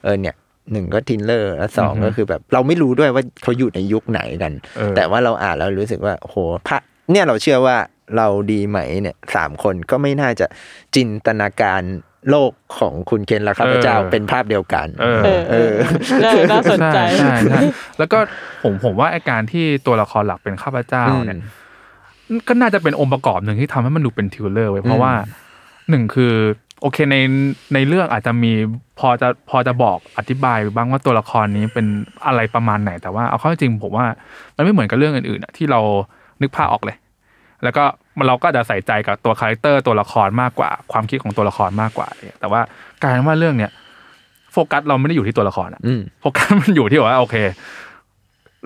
เออเนี่ยหนึ่งก็ทินเลอร์แล้วสองก็คือแบบเราไม่รู้ด้วยว่าเขาอยู่ในยุคไหนกัน
เออ
แต่ว่าเราอ่านแล้วรู้สึกว่าโหพระเนี่ยเราเชื่อว่าเราดีไหมเนี่ยสามคนก็ไม่น่าจะจินตนาการโลกของคุณเคนและข้าพเจ้า
เออ
เป็นภาพเดียวกัน
เออ
เออเออเออน่าสนใจ
ใช่ใช่ใช่ แล้วก็ผมผมว่าไอการที่ตัวละครหลักเป็นข้าพเจ้าเนี่ย ก็น่าจะเป็นองค์ประกอบหนึ่งที่ทำให้มันดูเป็นทริวเลอร์ไว้ยเพราะว่าหนึ่งคือ โอเคในในเรื่องอาจจะมีพอจะพอจะบอกอธิบายบ้างว่าตัวละครนี้เป็นอะไรประมาณไหน แต่ว่าเอาเข้าจริงผมว่า มันไม่เหมือนกับเรื่องอื่นๆอะที่เรานึกภาพออกเลย แล้วก็มันเราก็อาจจะใส่ใจกับตัวคาแรคเตอร์ตัวละครมากกว่า ความคิดของตัวละครมากกว่าอะไรเงี้ยแต่ว่าการว่าเรื่องเนี้ยโฟกัสเราไม่ได้อยู่ที่ตัวละครอะ
อืม
โฟกัสมันอยู่ที่ว่าโอเค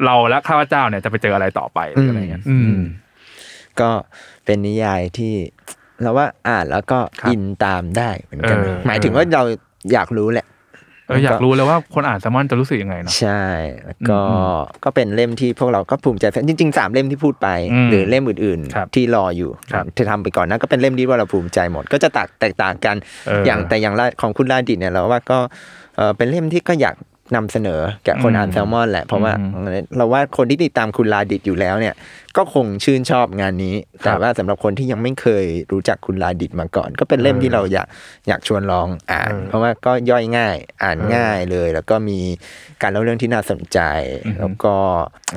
เราและข้าพเจ้าเนี่ยจะไปเจออะไรต่อไปหรืออะไรเงี้ย
อื
อื
ม
ม
ก็เป็นนิยายที่เราว่าอ่านแล้วก็
ครับ
อินตามได้เหมือนกัน
เออ
หมายถึงว่าเราอยากรู้แหละ
เอออยากรู้เลยว่าคนอ่านแซลมอนจะรู้สึกยังไงเนาะ
ใช่แล้วก็
อืม
ก็เป็นเล่มที่พวกเราก็ภูมิใจจริงๆสามเล่มที่พูดไป
อืม
หรือเล่มอื่น
ครับ
ๆ ที่รออยู่
ครับ
ที่ทำไปก่อนนะก็เป็นเล่มที่ว่าเราภูมิใจหมด ก็จะแตกแตกต่างกัน
เอออย่าง
แต่อย่างละของคุณลาดิดเนี่ยเราว่าก็เอ่อเป็นเล่มที่ก็อยากนำเสนอแก่คน
อืม
อ่านแซลมอนแหละเพราะว่า
อื
เราว่าคนที่ติดตามคุณลาดิดอยู่แล้วเนี่ย ก็คงชื่นชอบงานนี้ แต่ว่าสำหรับคนที่ยังไม่เคยรู้จักคุณลาดิดมาก่อน ก็เป็นเล่มที่เราอยากอยากชวนลองอ่าน
เออ
เพราะว่าก็ย่อยง่ายอ่าน
เออ
ง่ายเลยแล้วก็มีการเล่าเรื่องที่น่าสนใจ
อือฮึ
แล้วก็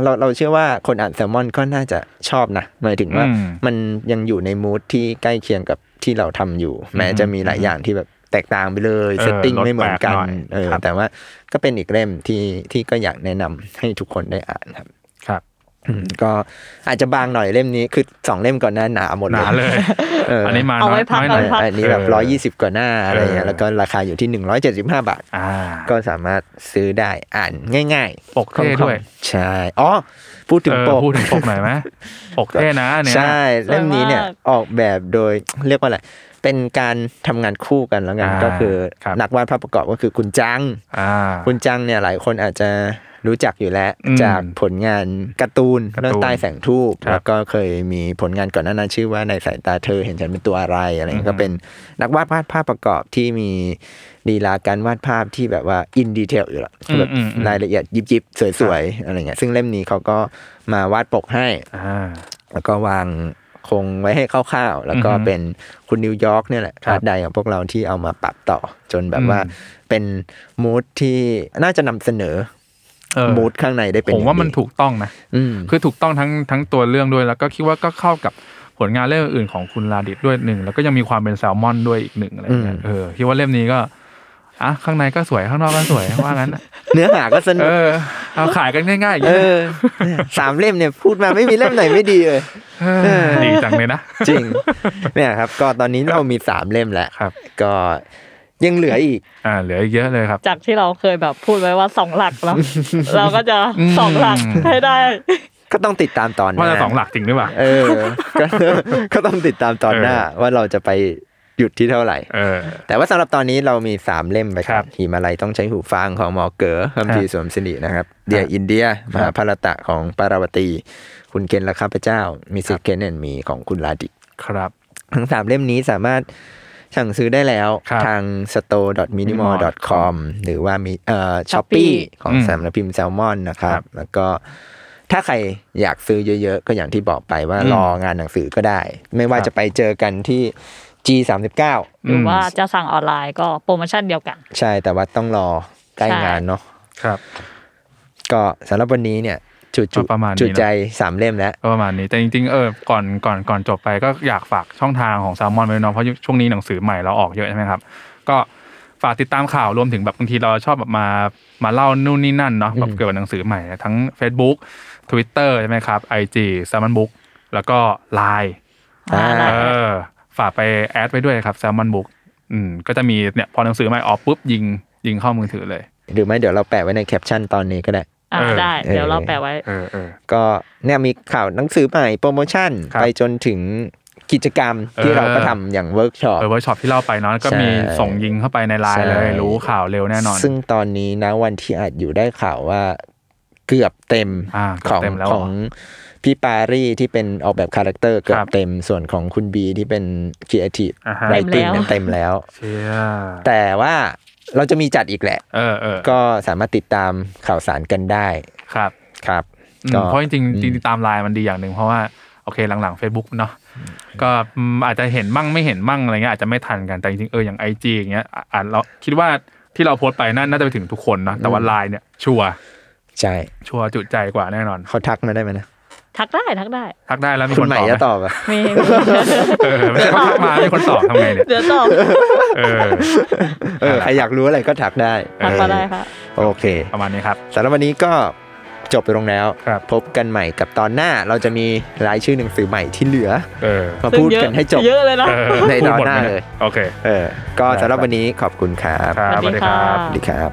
เราเราเชื่อว่าคนอ่านแซลมอนก็น่าจะชอบนะหมายถึงว่า
อืม
มันยังอยู่ในมูทที่ใกล้เคียงกับที่เราทำอยู่ แม้จะมีหลายอย่างที่แบบแตกต่างไปเลย
เออ
เซตติ้ง
รส
ไม่เหมือนกัน
แปลกหน่อย
เออ
ครับ
แต่ว่าก็เป็นอีกเล่มที่ที่ก็อยากแนะนำให้ทุกคนได้อ่านครับ
ครับ
อืมก็อาจจะบางหน่อยเล่มนี้คือสองเล่มก่อนหน้าหนาหมด
ห
เลย
นาเลย
เอออั
อันนี้มา
เอา
น้อ
ไว้
ย
พัก
น้อยหน่อ
เอาไว้
ย
พัก
อันนี้แบ
เออ
บ120กว่าหน้าอะไรเงี้ยแล้วก็ราคาอยู่ที่175บาท
อ่า
ก็สามารถซื้อได้อ่านง่าย
ปก
ๆ
เท่ด้วย
ใช่อ๋อพูดถึง
เออ
ปก
พูดถึงปกหน่อยไหมปกเท่นะอันเนี่ย
ใช่เล่มนี้เนี่ย
สวยมาก
ออกแบบโดยเรียกว่าอะไรเป็นการทำงานคู่กันแล้วกัน
อ่า
ก็คือ
ครับ
นักวาดภาพประกอบก็คือคุณจัง
อ่า
คุณจังเนี่ยหลายคนอาจจะรู้จักอยู่แล้ว
อืม
จากผลงานการ์ตูน
การ์ตูน
เรื่องใต้แสงทูบ
ครับ
แล้วก็เคยมีผลงานก่อนหน้านั้นชื่อว่าในสายตาเธอเห็นฉันเป็นตัวอะไรอะไร
อือฮึ
เงี้ยก็เป็นนักวาดภาพภาพประกอบที่มีลีลาการวาดภาพที่แบบว่าอินดีเทลอยู่ละ
อืม
แบบ
อืมอืม
รายละเอียดยิบยิบๆสวยๆอะไรเงี้ยซึ่งเล่มนี้เขาก็มาวาดปกให้
อ่า
แล้วก็วางคงไว้ให้คร่าวๆ แล้วก็
อือฮึ
เป็นคุณนิวยอร์กเนี่ยแหละ
ครับ
อาร์ตไดของพวกเราที่เอามาปรับต่อ จนแบ
อื
บ
ม
ว่าเป็นมูดที่น่าจะนำเสนอ
เออ
มูดข้างในได้เป็น
ผมว่ามัน
อย่งดี
ถูกต้องนะ
อืม
คือถูกต้องทั้งทั้งตัวเรื่องด้วยแล้วก็คิดว่าก็เข้ากับผลงานเล่มอื่นของคุณลาดิดด้วยหนึ่งแล้วก็ยังมีความเป็นแซลมอนด้วยอีกหนึ่งอะไรเงี้ย
อืม
เออคิดว่าเล่มนี้ก็อ่ะข้างในก็สวยข้างนอกก็สวยว่างั้นอะ
เนื้อหาก็สนุ
เอก อเอาขายกันง่ายๆอย่าง
เอ
เงี้ย
อเนี่ยสามเล่มเนี่ยพูดมาไม่มีเล่มไหนไม่ดีเลย
เออดีจังเลยนะ
จริง เนี่ยครับ ก็ตอนนี้เรามีสามเล่มแล้ว
ครับ
ก็ยังเหลืออีก
อ่าเหลืออีกเยอะเลยครับ
จากที่เราเคยแบบพูดไว้ว่าสองหลักแล้ว เราก็จะ
อืม
สองหลักให้ได้
ก็ต้องติดตามตอนหน้า
ว่าจะสองหลักจริงหรือเปล่า
เออก็ก็ต้อง ติดตามตอนหน้า
เออ
ว่าเราจะไปหยุดที่เท่าไหร่
เออ
แต่ว่าสำหรับตอนนี้เรามี 3 เล่มไปค
ครั
รับบ หิมาลัยต้องใช้หูฟังของหมอเก๋อคำพีสวมสิรินะครับ เดียอินเดียมหาภารตะของปาราวตี คุณเคนและข้าพเจ้า มีสิทธิ์เคนแอนมีของคุณลาดิก
ครับ
ทั้งสามเล่มนี้สามารถสั่งซื้อได้แล้ว
ครับ
ทาง store.minimal.com หรือว่ามีเอ่อช้อปปี
Shopee
ของ
อืม
สำนักพิมพ์แซลมอนนะครั
ครับ บ
แล้วก็ถ้าใครอยากซื้อเยอะๆ ก็อย่างที่บอกไปว่า
อืม
รองานหนังสือก็ได้ ไม่ว่า
ครับ
จะไปเจอกันที่ G39
หรือว่าจะสั่งออนไลน์ก็โปรโมชั่นเดียวกัน
ใช่แต่ว่าต้องรอใกล้
ใช่
งานเนาะ
ครับ
ก็สำหรับวันนี้เนี่ยจุ
ก็ประมาณนี้
จุ
เนอะ
ใจสามเล่มแล้ว
ก็ประมาณนี้แต่จริงๆเออก่อนก่อนก่อนจบไปก็อยากฝากช่องทางของแซลมอนไว้เนาะเพราะช่วงนี้หนังสือใหม่เราออกเยอะใช่ไหมครับ ก็ฝากติดตามข่าวรวมถึงแบบบางทีเราชอบแบบมามาเล่านู่นนี่นั่นเนาะแบบเกี่ยวกับหนังสือใหม่นะทั้ง Facebook Twitter ใช่ไหมครับ IG s a l m o n Book แล้วก็ Line
อ่า
เออฝากไปแอดไว้ด้วยครับ s a l m o n Book อืมก็จะมีเนี่ยพอหนังสือใหม่ออกปุ๊บยิง ยิงเข้ามือถือเลย
หรือไม่เดี๋ยวเราแปะไว้ในแคปชั่นตอนนี้ก็ได้
อ่ะ
เออ
ได้ เดี๋ยวเรา
เออ
แปะไว้
เออเออ
ก็เนี่ยมีข่าวหนังสือใหม่โปรโมชั่น
ครับ
ไปจนถึงกิจกรรมที่
เออ
เราก็ทำอย่างเวิร์กช็อป
เออเวิร์กช็อปที่เล่าไปเนาะก็มี
ใช่
ส่งยิงเข้าไปในไลน์เลย
ใช่
รู้ข่าวเร็วแน่นอน
ซึ่งตอนนี้นะวันที่อาจอยู่ได้ข่าวว่าเกือบเต็ม
อ่าเกื
ข
อ
อง
บเต็มแล้ว
ของพี่ปารีที่เป็นออกแบบคาแรคเตอร์เกือ
ครับ บ
เต็มส่วนของคุณบีที่เป็นครีเอทีฟ
อ่าฮะ
ไรติง
เต็มแล้ว
เต็มแล้ว
เชี่ย
แต่ว่าเราจะมีจัดอีกแหละ
เออเออ
ก็สามารถติดตามข่าวสารกันได้
ครับ
ครับ
อืม
ก็
เพราะจริง
อืม
ๆจริงๆตามไลน์มันดีอย่างหนึ่งเพราะว่าโอเคหลังๆ Facebook เนาะก็อืมอาจจะเห็นมั่งไม่เห็นมั่งอะไรเงี้ยอาจจะไม่ทันกันแต่จริงๆเอออย่างไอจีอย่างเงี้ยอ่ะอ่านเราคิดว่าที่เราโพสต์ไปน่าน่าจะไปถึงทุกคนนะแต่ว่าไลน์เนี่ยชัวร์
ใช่
ชัวร์จุใจกว่าแน่นอน
เขาทักมาได้ไหมนะ
ทักได้ทักได้
ทักได้แล้วมี
คุณ
คน
ใหม่
ตอบไหม
จะตอบอะ
มี
เออไม่ใช่เขาทักมามีคนตอบทำไงเนี่ย
เดี๋ยวตอบ
เออ
เออใครอยากรู้อะไรก็ทักได้
ทักมาได้
เออ
ค่ะ
โอเค
ประมาณนี้ครับ
สำหรับวันนี้ก็จบไปลงแล้ว
ครับ
พบกันใหม่กับตอนหน้าเราจะมีรายชื่อหนังสือใหม่ที่เหลือ
เออ
มาพูดกันให้จบ
เยอะเลยนะ
เออ
ในตอน
พูดมด
หน้า
ไม
เลย
โอเค
เออ ก็สำหรับวันนี้ขอบคุณครับ
ครับสวัสดีครับ
สวัสดีครับ